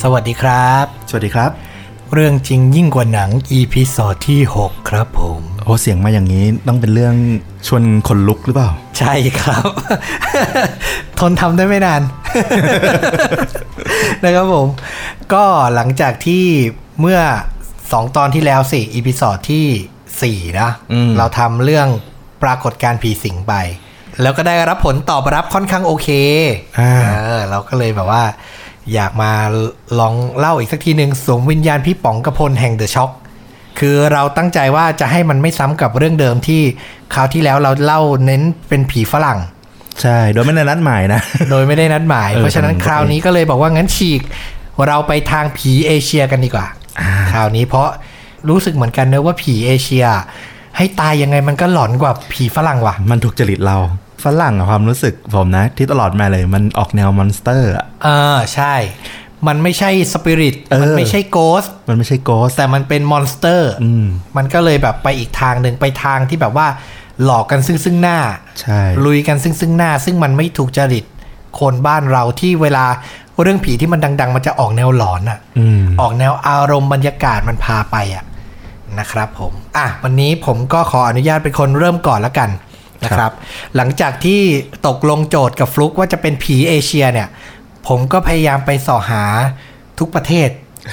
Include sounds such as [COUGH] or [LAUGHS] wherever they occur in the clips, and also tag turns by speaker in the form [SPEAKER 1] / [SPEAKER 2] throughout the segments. [SPEAKER 1] สวัสดีครับ
[SPEAKER 2] สวัสดีครับ
[SPEAKER 1] เรื่องจริงยิ่งกว่าหนัง EP สอดที่ 6 ครับผม
[SPEAKER 2] โอ้เสียงมาอย่างนี้ต้องเป็นเรื่องชวนขนลุกหรือเปล่า
[SPEAKER 1] ใช่ครับ [LAUGHS] ทนทำได้ไม่นาน [LAUGHS] นะครับผม ก็หลังจากที่เมื่อ 2 ตอนที่แล้วสิอีพิ od ดที่ 4 นะ
[SPEAKER 2] อืม
[SPEAKER 1] เราทำเรื่องปรากฏการณ์ผีสิงไป แล้วก็ได้รับผลตอบรับค่อนข้างโอเค
[SPEAKER 2] อ่า
[SPEAKER 1] เออเราก็เลยแบบว่า อยากมาลองเล่าอีกสักทีหนึ่งสวมวิญญาณพี่ป๋องกระพลแห่งเดอะช็อคคือเราตั้งใจว่าจะให้มันไม่ซ้ำกับเรื่องเดิมที่คราวที่แล้วเราเล่าเน้นเป็นผีฝรั่ง [LAUGHS]
[SPEAKER 2] ใช่โดยไม่ได้นัดหมายนะ
[SPEAKER 1] โดยไม่ได้นัดหมาย
[SPEAKER 2] เออ
[SPEAKER 1] เพราะฉะนั้น
[SPEAKER 2] ทำไม
[SPEAKER 1] คราวนี้ก็เลยบอกว่างั้นฉีก เราไปทางผีเอเชียกันดีกว่า คราวนี้เพราะรู้สึกเหมือนกันเนอะว่าผีเอเชีย ให้ตายยังไงมันก็หลอนกว่าผีฝรั่งว่ะ
[SPEAKER 2] [LAUGHS] มันถูกจริตเราฝรั่งอะความรู้สึกผมนะ ที่ตลอดมาเลยมันออกแนวมอนสเตอร์อะ
[SPEAKER 1] เออใช่ มันไม่ใช่สปิริต
[SPEAKER 2] เออ
[SPEAKER 1] มันไม่ใช่โกส
[SPEAKER 2] มันไม่ใช่โกส
[SPEAKER 1] แต่มันเป็นมอนสเตอร์
[SPEAKER 2] อืม
[SPEAKER 1] มันก็เลยแบบไปอีกทางหนึ่งไปทางที่แบบว่า หลอกกันซึ่งซึ่งหน้า
[SPEAKER 2] ใช่
[SPEAKER 1] ลุยกันซึ่งซึ่งหน้า ซึ่งมันไม่ถูกจริตคนบ้านเราที่เวลาเรื่องผีที่มันดัง ๆ มันจะออกแนวหลอนอ่ะ
[SPEAKER 2] อืม
[SPEAKER 1] ออกแนวอารมณ์บรรยากาศมันพาไปอ่ะนะครับผม อ่ะวันนี้ผมก็ขออนุญาตเป็นคนเริ่มก่อนละกันนะครับ หลังจากที่ตกลงโจทย์กับฟลุกว่าจะเป็นผีเอเชียเนี่ย ผมก็พยายามไปเสอหาทุกประเทศ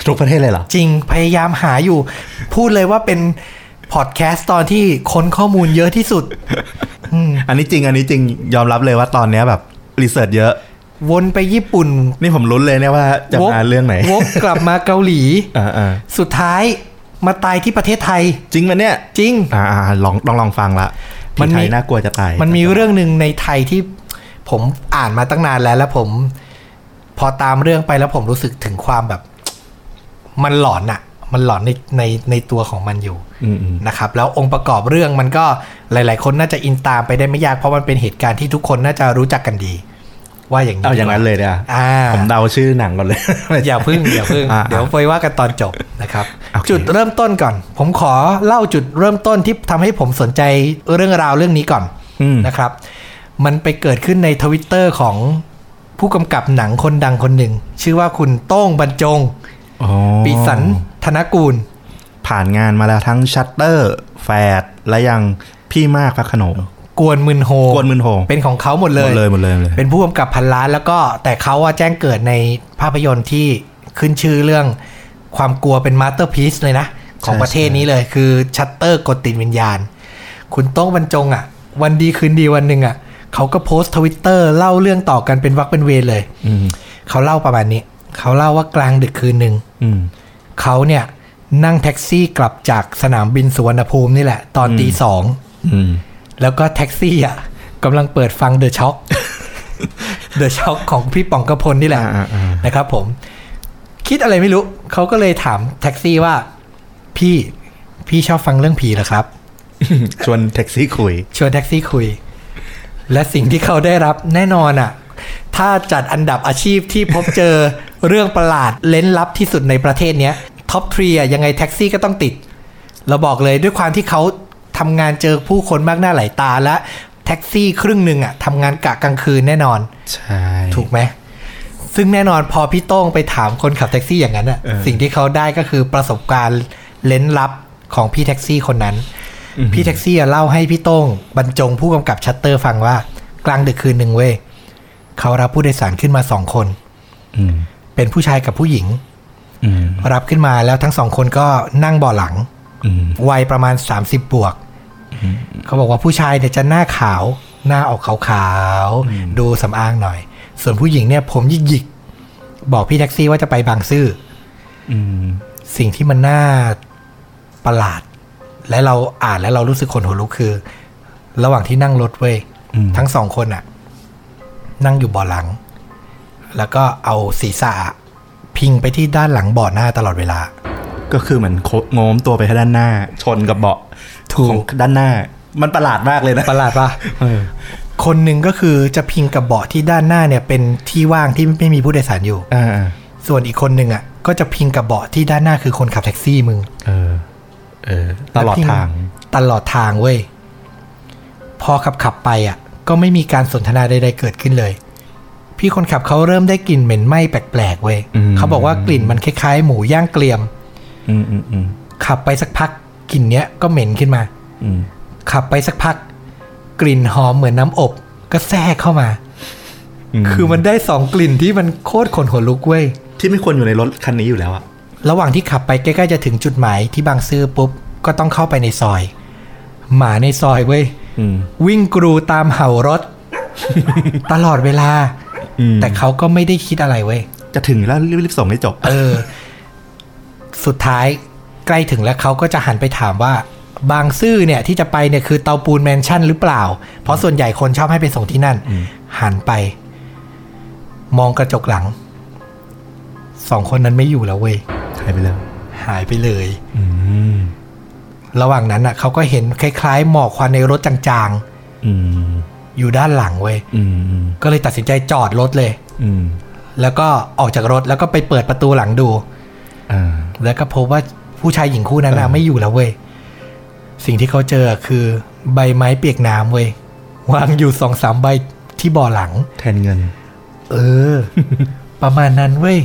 [SPEAKER 2] ทุกประเทศเลยเหรอ
[SPEAKER 1] จริงพยายามหาอยู่ พูดเลยว่าเป็นพอดแคสต์ตอนที่ค้นข้อมูลเยอะที่สุด อืม
[SPEAKER 2] อันนี้จริงอันนี้จริงยอมรับเลยว่าตอนเนี้ยแบบรีเสิร์ชเยอะ
[SPEAKER 1] วนไปญี่ปุ่น
[SPEAKER 2] นี่ผมลุ้นเลยเนี่ยว่าจะ
[SPEAKER 1] วก
[SPEAKER 2] มาเรื่องไหน
[SPEAKER 1] วกกลับมาเกาหลี
[SPEAKER 2] อ่าอ่า
[SPEAKER 1] สุดท้ายมาตายที่ประเทศไทย
[SPEAKER 2] จริงมันเนี่ย
[SPEAKER 1] จริง
[SPEAKER 2] อ่าอ่าลองลองลองฟังละ
[SPEAKER 1] มั
[SPEAKER 2] ผี
[SPEAKER 1] นมี
[SPEAKER 2] ไทยน่ากลัวจะตาย
[SPEAKER 1] มันมีเรื่องหนึ่งในไทยที่ผมอ่านมาตั้งนานแล้ว แล้วผม พอตามเรื่องไปแล้วผมรู้สึกถึงความแบบ มันหลอนอะมันหลอนในในในตัวของมันอยู่
[SPEAKER 2] อืมอืม
[SPEAKER 1] นะครับแล้วองค์ประกอบเรื่องมันก็หลาย ๆ คนน่าจะอินตามไปได้ไม่ยากเพราะมันเป็นเหตุการณ์ที่ทุกคนน่าจะรู้จักกันดี ว่าอย่างนี้
[SPEAKER 2] เอาอย่างนั้นเลยเนี่ย
[SPEAKER 1] อ่า
[SPEAKER 2] ผมเดาชื่อหนังก่อนเลย
[SPEAKER 1] อย่าพึ่งอย่าพึ่ง
[SPEAKER 2] อ่า
[SPEAKER 1] เดี๋ยวไปว่ากันตอนจบนะครับ
[SPEAKER 2] โอเค
[SPEAKER 1] จุดเริ่มต้นก่อน ผมขอเล่าจุดเริ่มต้นที่ทำให้ผมสนใจเรื่องราวเรื่องนี้ก่อน
[SPEAKER 2] อืม
[SPEAKER 1] นะครับ มันไปเกิดขึ้นในทวิตเตอร์ของผู้กำกับหนังคนดังคนหนึ่ง ชื่อว่าคุณโต้งบรรจง
[SPEAKER 2] อ๋อ
[SPEAKER 1] ปีสันธนกูล
[SPEAKER 2] ผ่านงานมาแล้วทั้งชัตเตอร์ แฟดและยังพี่มากพระโขนง
[SPEAKER 1] กวนมืนโฮ
[SPEAKER 2] กวนมืนโหง
[SPEAKER 1] เป็นของเขาหมด
[SPEAKER 2] ห
[SPEAKER 1] เล
[SPEAKER 2] ม
[SPEAKER 1] ย
[SPEAKER 2] ดเลยหมดเลยหมดเลย
[SPEAKER 1] เป็นผู้กำกับพันล้านแล้วก็แต่เขาอะแจ้งเกิดในภาพยนตร์ที่ขึ้นชื่อเรื่องความกลัวเป็นมาสเตอร์พีซเลยนะ ของประเทศนี้เลยคือชัตเตอร์กดติดวิญญาณ คุณโต้งบรรจงอ่ะ วันดีคืนดีวันหนึ่งอ่ะเขาก็โพสต์ทวิตเตอร์เล่าเรื่องต่อกันเป็นวักเป็นเวรเลย
[SPEAKER 2] อืม
[SPEAKER 1] เขาเล่าประมาณนี้ เขาเล่าว่ากลางดึกคืนหนึ่ง
[SPEAKER 2] อืม
[SPEAKER 1] เขาเนี่ยนั่งแท็กซี่กลับจากสนามบินสุวรรณภูมินี่แหละ ตอนตีสอง
[SPEAKER 2] อืม
[SPEAKER 1] แล้วก็แท็กซี่อ่ะกำลังเปิดฟังเดอะช็ [LAUGHS] อค เดอะช็อคของพี่ป๋องกระพลนี่แหละ
[SPEAKER 2] อ่าอ่า
[SPEAKER 1] นะครับผม คิดอะไรไม่รู้ เขาก็เลยถามแท็กซี่ว่า พี่พี่ชอบฟังเรื่องผีเหรอครับ
[SPEAKER 2] ชวนแท็กซี่คุย
[SPEAKER 1] ชวนแท็กซี่คุย และสิ่งที่เขาได้รับแน่นอนอะ่ะ ถ้าจัดอันดับอาชีพที่พบเจอ เรื่องประหลาดเล้นลับที่สุดในประเทศเนี้ยท็อปทรีอ่ะยังไงแท็กซี่ก็ต้องติด เราบอกเลยด้วยความที่เขาทำงานเจอผู้คนมากหน้าหลายตาและแท็กซี่ครึ่งหนึ่งอ่ะทำงานกะกลางคืนแน่นอน
[SPEAKER 2] ใช่
[SPEAKER 1] ถูกไหม ซึ่งแน่นอนพอพี่โต้งไปถามคนขับแท็กซี่อย่างนั้นอ่ะ สิ่งที่เขาได้ก็คือประสบการณ์เล้นลับของพี่แท็กซี่คนนั้น พี่แท็กซี่อะเล่าให้พี่โต้งบรรจงผู้กำกับชัตเตอร์ฟังว่า กลางดึกคืนหนึ่งเว้ยเขารับผู้โดยสารขึ้นมาสองคน
[SPEAKER 2] อืม
[SPEAKER 1] เป็นผู้ชายกับผู้หญิง
[SPEAKER 2] อืม
[SPEAKER 1] รับขึ้นมาแล้วทั้งสองคนก็นั่งเบาะหลัง
[SPEAKER 2] อืม
[SPEAKER 1] วัยประมาณ 30 บวก เขาบอกว่าผู้ชายเนี่ยจะหน้าขาว หน้าออกขาวๆ ดูสำอางหน่อย ส่วนผู้หญิงเนี่ยผมหยิกหยิกๆบอกพี่แท็กซี่ว่าจะไปบางซื่อ
[SPEAKER 2] อืม
[SPEAKER 1] สิ่งที่มันน่าประหลาด และเราอ่านแล้วเรารู้สึกขนหัวลุกคือ ระหว่างที่นั่งรถเว้ย ทั้งสองคนอะนั่งอยู่เบาะหลัง แล้วก็เอาศีรษะอะพิงไปที่ด้านหลังเบาะหน้าตลอดเวลา
[SPEAKER 2] ก็คือเหมือนโคโง้มตัวไปทางด้านหน้า ชนกับเบาะ
[SPEAKER 1] ถูก
[SPEAKER 2] ของด้านหน้า มันประหลาดมากเลยนะ
[SPEAKER 1] ประหลาดปะ
[SPEAKER 2] เออ
[SPEAKER 1] คนหนึ่งก็คือจะพิงกับเบาะที่ด้านหน้าเนี่ยเป็นที่ว่างที่ไม่มีผู้โดยสารอยู่
[SPEAKER 2] อ่า
[SPEAKER 1] ส่วนอีกคนหนึ่งอ่ะก็จะพิงกับเบาะที่ด้านหน้าคือคนขับแท็กซี่มึง
[SPEAKER 2] เออ เออ ตลอดทาง
[SPEAKER 1] ตลอดทางเว้ย พอขับขับๆไปอ่ะ ก็ไม่มีการสนทนาใดๆเกิดขึ้นเลย พี่คนขับเขาเริ่มได้กลิ่นเหม็นไหม้แปลกๆเว้ย
[SPEAKER 2] อืม
[SPEAKER 1] เขาบอกว่ากลิ่นมันคล้ายๆ หมูย่างเกรียม
[SPEAKER 2] อืมอืมอืม
[SPEAKER 1] ขับไปสักพักกลิ่นเนี้ยก็เหม็นขึ้นมา
[SPEAKER 2] อืม
[SPEAKER 1] ขับไปสักพัก กลิ่นหอมเหมือนน้ำอบ ก็แทรกเข้ามา คือมันได้สองกลิ่นที่มันโคตรขนหัวลุกเว้ย
[SPEAKER 2] ที่ไม่ควรอยู่ในรถคันนี้อยู่แล้วอะ
[SPEAKER 1] ระหว่างที่ขับไปใกล้ๆจะถึงจุดหมายที่บางซื่อปุ๊บ ก็ต้องเข้าไปในซอย หมาในซอยเว้ย
[SPEAKER 2] อืม
[SPEAKER 1] วิ่งกรูตามเห่ารถ [LAUGHS] ตลอดเวลา
[SPEAKER 2] อืม
[SPEAKER 1] แต่เขาก็ไม่ได้คิดอะไรเว้ย
[SPEAKER 2] จะถึงแล้วรีบๆส่งให้จบ
[SPEAKER 1] เออ สุดท้ายใกล้ถึงแล้วเขาก็จะหันไปถามว่า บางซื่อเนี่ยที่จะไปเนี่ยคือเตาปูนแมนชั่นหรือเปล่า เพราะส่วนใหญ่คนชอบให้ไปส่งที่นั่น หันไป มองกระจกหลัง สองคนนั้นไม่อยู่แล้วเว้ย
[SPEAKER 2] หายไปแล้ว
[SPEAKER 1] หายไปเลย
[SPEAKER 2] อืม
[SPEAKER 1] ระหว่างนั้นอ่ะเขาก็เห็นคล้ายๆ หมอกควันในรถจาง
[SPEAKER 2] อืม
[SPEAKER 1] ๆ อยู่ด้านหลังเว้ย
[SPEAKER 2] อืม อืม
[SPEAKER 1] ก็เลยตัดสินใจจอดรถเลย
[SPEAKER 2] อืม
[SPEAKER 1] แล้วก็ออกจากรถแล้วก็ไปเปิดประตูหลังดู
[SPEAKER 2] อ่า
[SPEAKER 1] แล้วก็พบว่าผู้ชายหญิงคู่นั้นน่ะ
[SPEAKER 2] เออ
[SPEAKER 1] ไม่อยู่แล้วเว้ย สิ่งที่เขาเจอคือใบไม้เปียกน้ำเว้ย วางอยู่สองสามใบที่บ่อหลัง
[SPEAKER 2] แทนเงิน
[SPEAKER 1] เออ ประมาณนั้นเว้ย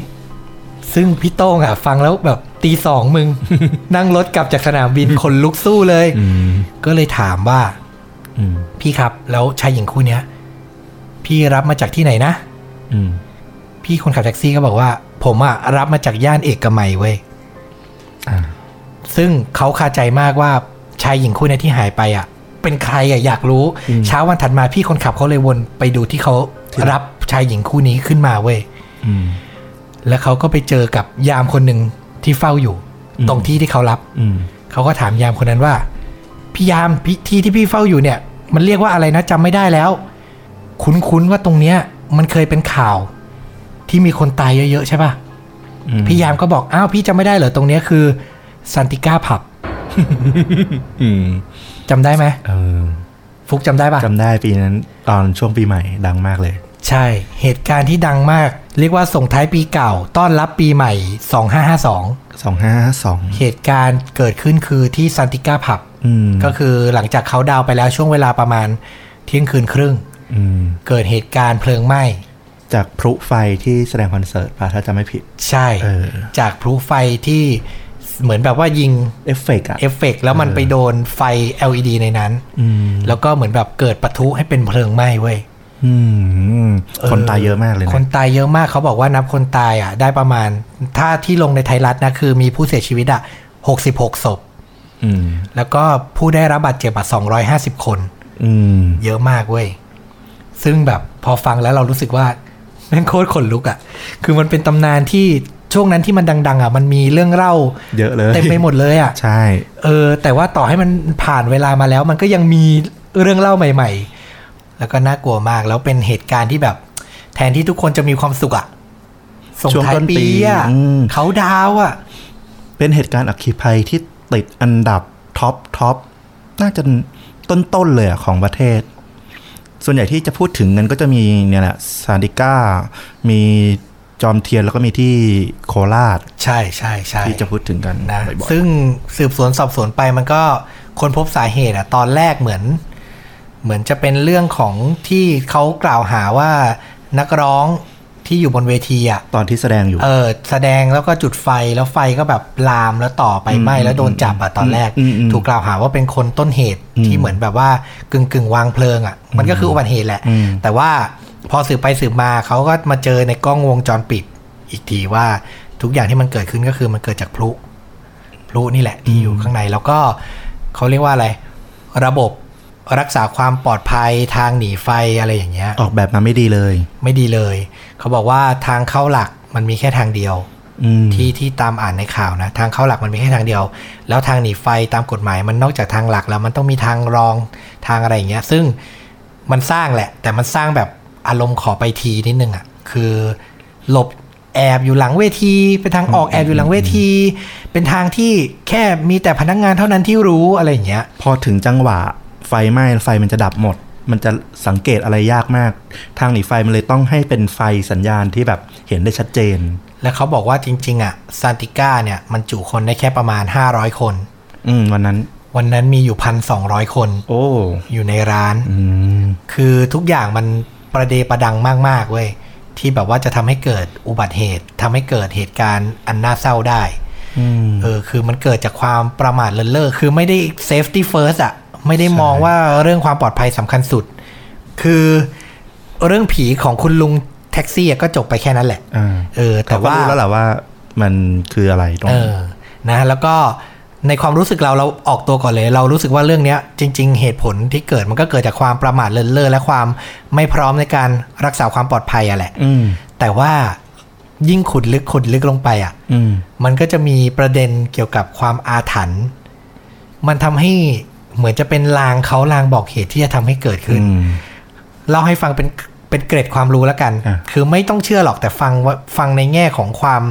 [SPEAKER 1] ซึ่งพี่โต้งอ่ะ ฟังแล้วแบบตีสองมึง นั่งรถกลับจากสนามบิน คนลุกสู้เลย
[SPEAKER 2] อืม
[SPEAKER 1] ก็เลยถามว่า
[SPEAKER 2] อืม
[SPEAKER 1] พี่ครับ แล้วชายหญิงคู่เนี้ย พี่รับมาจากที่ไหนนะ
[SPEAKER 2] อืม
[SPEAKER 1] พี่คนขับแท็กซี่ก็บอกว่า ผมอะรับมาจากย่านเอกมัยเว้ย
[SPEAKER 2] อ่า
[SPEAKER 1] ซึ่งเขาคาใจมากว่าชายหญิงคู่เนี้ที่หายไปอ่ะ เป็นใครอ่ะอยากรู้
[SPEAKER 2] อืม
[SPEAKER 1] เช้าวันถัดมาพี่คนขับเขาเลยวนไปดูที่เขา
[SPEAKER 2] ที่รับ
[SPEAKER 1] รับชายหญิงคู่นี้ขึ้นมาเว้ย
[SPEAKER 2] อืม
[SPEAKER 1] แล้วเขาก็ไปเจอกับยามคนหนึ่งที่เฝ้าอยู่
[SPEAKER 2] อืม
[SPEAKER 1] ตรงที่ที่เขารับ
[SPEAKER 2] อืม
[SPEAKER 1] เขาก็ถามยามคนนั้นว่าพี่ยามพี่ที่ที่พี่เฝ้าอยู่เนี่ย มันเรียกว่าอะไรนะจำไม่ได้แล้ว คุ้นๆว่าตรงเนี้ย มันเคยเป็นข่าว ที่มีคนตายเยอะๆใช่ป่ะ
[SPEAKER 2] อืม
[SPEAKER 1] พี่ยามก็บอกอ้าวพี่จำไม่ได้เหรอตรงเนี้ยคือซันติก้าผับ
[SPEAKER 2] อืม
[SPEAKER 1] จำได้ไหม
[SPEAKER 2] เออ
[SPEAKER 1] ฟุกจำได้ปะ
[SPEAKER 2] จำได้ปีนั้นตอนช่วงปีใหม่ดังมากเลย
[SPEAKER 1] ใช่ เหตุการณ์ที่ดังมาก เรียกว่าส่งท้ายปีเก่า ต้อนรับปีใหม่ 2552
[SPEAKER 2] สองห้าสอง
[SPEAKER 1] เหตุการณ์เกิดขึ้นคือที่ซันติก้าผับ
[SPEAKER 2] อืม
[SPEAKER 1] ก็คือหลังจากเขาดาวน์ไปแล้วช่วงเวลาประมาณเที่ยงคืนครึ่ง
[SPEAKER 2] อืม
[SPEAKER 1] เกิดเหตุการณ์เพลิงไหม้
[SPEAKER 2] จากพลุไฟที่แสดงคอนเสิร์ตป่ะถ้าจำไม่ผิด
[SPEAKER 1] ใช่
[SPEAKER 2] เออ
[SPEAKER 1] จากพลุไฟที่เหมือนแบบว่ายิง
[SPEAKER 2] เอฟเฟกต์อะ
[SPEAKER 1] เอฟเฟกต์แล้วมันไปโดนไฟ LED ในนั้น
[SPEAKER 2] อืม
[SPEAKER 1] แล้วก็เหมือนแบบเกิดปะทุให้เป็นเพลิงไหม้เว้ย
[SPEAKER 2] อืม คนตายเยอะมากเลยนะ
[SPEAKER 1] คนตายเยอะมากเขาบอกว่านับคนตายอ่ะ ได้ประมาณ ถ้าที่ลงในไทยรัฐนะคือมีผู้เสียชีวิตอ่ะ66ศพ
[SPEAKER 2] อืม
[SPEAKER 1] แล้วก็ผู้ได้รับบาดเจ็บอ่ะ250 คน
[SPEAKER 2] อืม
[SPEAKER 1] เยอะมากเว้ย ซึ่งแบบพอฟังแล้วเรารู้สึกว่าแม่งโคตรขนลุกอ่ะ คือมันเป็นตำนานที่ช่วงนั้นที่มันดัง ๆ อ่ะ มันมีเรื่องเล่า
[SPEAKER 2] เยอะเลย
[SPEAKER 1] เต็มไปหมดเลยอ่ะ
[SPEAKER 2] ใช่
[SPEAKER 1] เออ แต่ว่าต่อให้มันผ่านเวลามาแล้ว มันก็ยังมีเรื่องเล่าใหม่ ๆ แล้วก็น่ากลัวมากแล้วเป็นเหตุการณ์ที่แบบ แทนที่ทุกคนจะมีความสุขอ่ะส่ง
[SPEAKER 2] ช่วง
[SPEAKER 1] ท้าย
[SPEAKER 2] ต้นปี
[SPEAKER 1] ปีอ่ะ
[SPEAKER 2] อืม
[SPEAKER 1] เขาดาวอ่ะ
[SPEAKER 2] เป็นเหตุการณ์อัคคีภัยที่ติดอันดับท็อปท็อปน่าจะต้นต้นๆเลยอะของประเทศ ส่วนใหญ่ที่จะพูดถึงกันก็จะมีเนี่ยแหละซานดิก้า มีจอมเทียนแล้วก็มีที่โคราช
[SPEAKER 1] ใช่ใช่ใช่
[SPEAKER 2] ที่จะพูดถึงกัน
[SPEAKER 1] นะ
[SPEAKER 2] บ่อย
[SPEAKER 1] ซึ่งสืบสวนสอบสวนไปมันก็ค้นพบสาเหตุอะตอนแรกเหมือน เหมือนจะเป็นเรื่องของที่เขากล่าวหาว่านักร้องที่อยู่บนเวทีอะ
[SPEAKER 2] ๆตอนที่แสดงอยู่
[SPEAKER 1] เออแสดงแล้วก็จุดไฟแล้วไฟก็แบบลามแล้วต่อไปไหม้
[SPEAKER 2] อืม
[SPEAKER 1] แล้วโดนจับอะตอนแรก
[SPEAKER 2] อืมอืม
[SPEAKER 1] ถูกกล่าวหาว่าเป็นคนต้นเหตุที่เหมือนแบบว่ากึ่งกึ่งๆวางเพลิงอะมันก็คืออุบัติเหตุแหละ
[SPEAKER 2] อืม
[SPEAKER 1] แต่ว่าพอสืบไปสืบมาเขาก็มาเจอในกล้องวงจรปิด อีกทีว่าทุกอย่างที่มันเกิดขึ้นก็คือมันเกิดจากพลุ พลุนี่แหละที่อยู่ข้างในแล้วก็เขาเรียกว่าอะไร ระบบรักษาความปลอดภัยทางหนีไฟอะไรอย่างเงี้ย
[SPEAKER 2] ออกแบบมาไม่ดีเลย
[SPEAKER 1] ไม่ดีเลย เขาบอกว่าทางเข้าหลักมันมีแค่ทางเดียว
[SPEAKER 2] อืม
[SPEAKER 1] ที่ที่ตามอ่านในข่าวนะ ทางเข้าหลักมันมีแค่ทางเดียว แล้วทางหนีไฟตามกฎหมายมันนอกจากทางหลักแล้วมันต้องมีทางรองทางอะไรอย่างเงี้ย ซึ่งมันสร้างแหละ แต่มันสร้างแบบอารมณ์ขอไปทีนิดนึงอะ่ะคือหลบแอบอยู่หลังเวทีเป็นทางออกแอบอยู่หลังเวที เป็นทางที่แค่มีแต่พนักงานเท่านั้นที่รู้อะไรอย่างเงี้ย
[SPEAKER 2] พอถึงจังหวะไฟไหม้ไฟมันจะดับหมด มันจะสังเกตอะไรยากมาก ทางหนีไฟมันเลยต้องให้เป็นไฟสัญญาณที่แบบเห็นได้ชัดเจน
[SPEAKER 1] แล้วเขาบอกว่าจริง ๆอะ่ะซานติก้าเนี่ยมันจุคนได้แค่ประมาณ 500 คน
[SPEAKER 2] อืมวันนั้น
[SPEAKER 1] วันนั้นมีอยู่พันสองคน
[SPEAKER 2] โอ้
[SPEAKER 1] อยู่ในร้าน
[SPEAKER 2] อืม
[SPEAKER 1] คือทุกอย่างมันประเดประดังมาก ๆ เว้ย ที่แบบว่าจะทำให้เกิดอุบัติเหตุทำให้เกิดเหตุการณ์อันน่าเศร้าได้
[SPEAKER 2] อืม
[SPEAKER 1] เออคือมันเกิดจากความประมาทเลินเล่อคือไม่ได้ safety first อะไม่ได้มองว่าเรื่องความปลอดภัยสำคัญสุด คือเรื่องผีของคุณลุงแท็กซี่อะก็จบไปแค่นั้นแหละ
[SPEAKER 2] อ่า
[SPEAKER 1] เออ แต่
[SPEAKER 2] เขาก็
[SPEAKER 1] ว่า
[SPEAKER 2] รู้แล้วแหละว่ามันคืออะไรตรง
[SPEAKER 1] เออ นะ แล้วก็ในความรู้สึกเราเราออกตัวก่อนเลย เรารู้สึกว่าเรื่องเนี้ย จริง ๆ เหตุผลที่เกิดมันก็เกิดจากความประมาทเลินเล่อและความไม่พร้อมในการรักษาความปลอดภัยอะแหละ
[SPEAKER 2] อืม
[SPEAKER 1] แต่ว่ายิ่งขุดลึกขุดลึกลงไปอ่ะ
[SPEAKER 2] อืม
[SPEAKER 1] มันก็จะมีประเด็นเกี่ยวกับความอาถรรพ์ มันทำให้เหมือนจะเป็นลางเขาลางบอกเหตุที่จะทำให้เกิดขึ้น
[SPEAKER 2] อืม
[SPEAKER 1] เล่าให้ฟังเป็นเป็นเกร็ดความรู้แล้วกัน
[SPEAKER 2] อ่ะ
[SPEAKER 1] คือไม่ต้องเชื่อหรอกแต่ฟังว่าฟังในแง่ของความ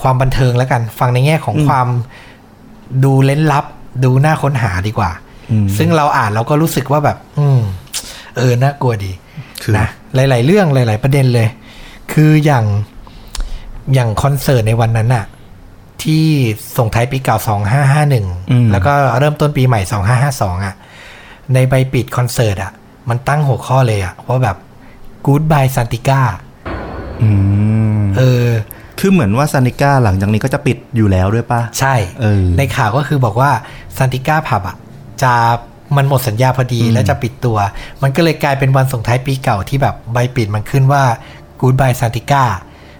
[SPEAKER 1] ความบันเทิงแล้วกัน ฟังในแง่ของความดูเล้นลับ ดูน่าค้นหาดีกว่า
[SPEAKER 2] อืม
[SPEAKER 1] ซึ่งเราอ่านเราก็รู้สึกว่าแบบ อืม เออ น่ากลัวดี
[SPEAKER 2] คือ
[SPEAKER 1] นะ หลาย ๆ เรื่องหลาย ๆ ประเด็นเลย คืออย่างอย่างคอนเสิร์ตในวันนั้นอะที่ส่งท้ายปีเก่า
[SPEAKER 2] อืม
[SPEAKER 1] 2551 แล้วก็เริ่มต้นปีใหม่ 2552อะในใบปิดคอนเสิร์ตอะมันตั้งหัวข้อเลยอะว่าแบบ Goodbye Santika
[SPEAKER 2] อืม
[SPEAKER 1] เออ
[SPEAKER 2] คือเหมือนว่าซานิก้าหลังจากนี้ก็จะปิดอยู่แล้วด้วยป่ะ
[SPEAKER 1] ใช่
[SPEAKER 2] เออ
[SPEAKER 1] ในข่าวก็คือบอกว่าซันติก้าผับอะจะมันหมดสัญญาพอดีแล้วจะปิดตัว มันก็เลยกลายเป็นวันส่งท้ายปีเก่าที่แบบใบปิดมันขึ้นว่า Goodbye ซันติก้า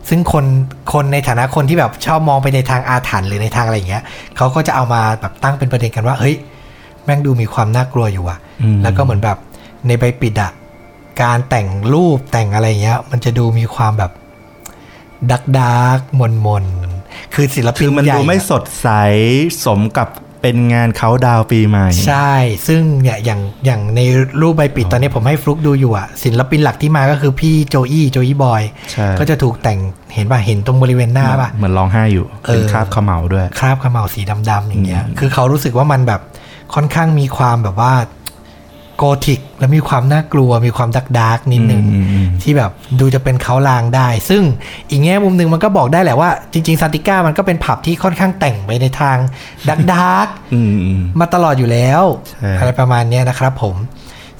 [SPEAKER 1] ซึ่งคนคนในฐานะคนที่แบบชอบมองไปในทางอาถรรพ์หรือในทางอะไรอย่างเงี้ยเขาก็จะเอามาแบบตั้งเป็นประเด็นกันว่า เฮ้ย แม่งดูมีความน่ากลัวอยู่อะ
[SPEAKER 2] อืม
[SPEAKER 1] แล้วก็เหมือนแบบในใบปิดอะการแต่งรูปแต่งอะไรอย่างเงี้ย มันจะดูมีความแบบดักดักมนมนๆคือศิลปิน
[SPEAKER 2] คือมัน
[SPEAKER 1] ใหญ่
[SPEAKER 2] ดูไม่
[SPEAKER 1] อะ
[SPEAKER 2] สดใสสมกับเป็นงานเขาดาวน์ปีใหม่
[SPEAKER 1] ใช่ ซึ่งเนี่ยอย่างอย่างในรูปใบปิดตอนนี้ผมให้ฟลุกดูอยู่อะศิลปินหลักที่มาก็คือพี่โจอี้โจอี้บอย
[SPEAKER 2] ใช่
[SPEAKER 1] ก็จะถูกแต่งเห็นป่ะ เห็นตรงบริเวณหน้าป่ะ
[SPEAKER 2] เหมือนร้องไห้อยู่
[SPEAKER 1] เออ
[SPEAKER 2] เป็นคราบเขมเหลาด้วย
[SPEAKER 1] คราบขมเหลาสีดำๆอย่างเงี้ย คือเขารู้สึกว่ามันแบบค่อนข้างมีความแบบว่าโกธิก และมีความน่ากลัว มีความดักดาร์กๆนิดนึง
[SPEAKER 2] อืมอืมอืม
[SPEAKER 1] ที่แบบดูจะเป็นเขาลางได้ ซึ่งอีกแง่มุมหนึ่งมันก็บอกได้แหละว่าจริงๆซันติก้ามันก็เป็นผับที่ค่อนข้างแต่งไปในทางดักดาร์กๆ
[SPEAKER 2] อืมอืม
[SPEAKER 1] มาตลอดอยู่แล้ว
[SPEAKER 2] ใช่
[SPEAKER 1] อะไรประมาณเนี้ยนะครับผม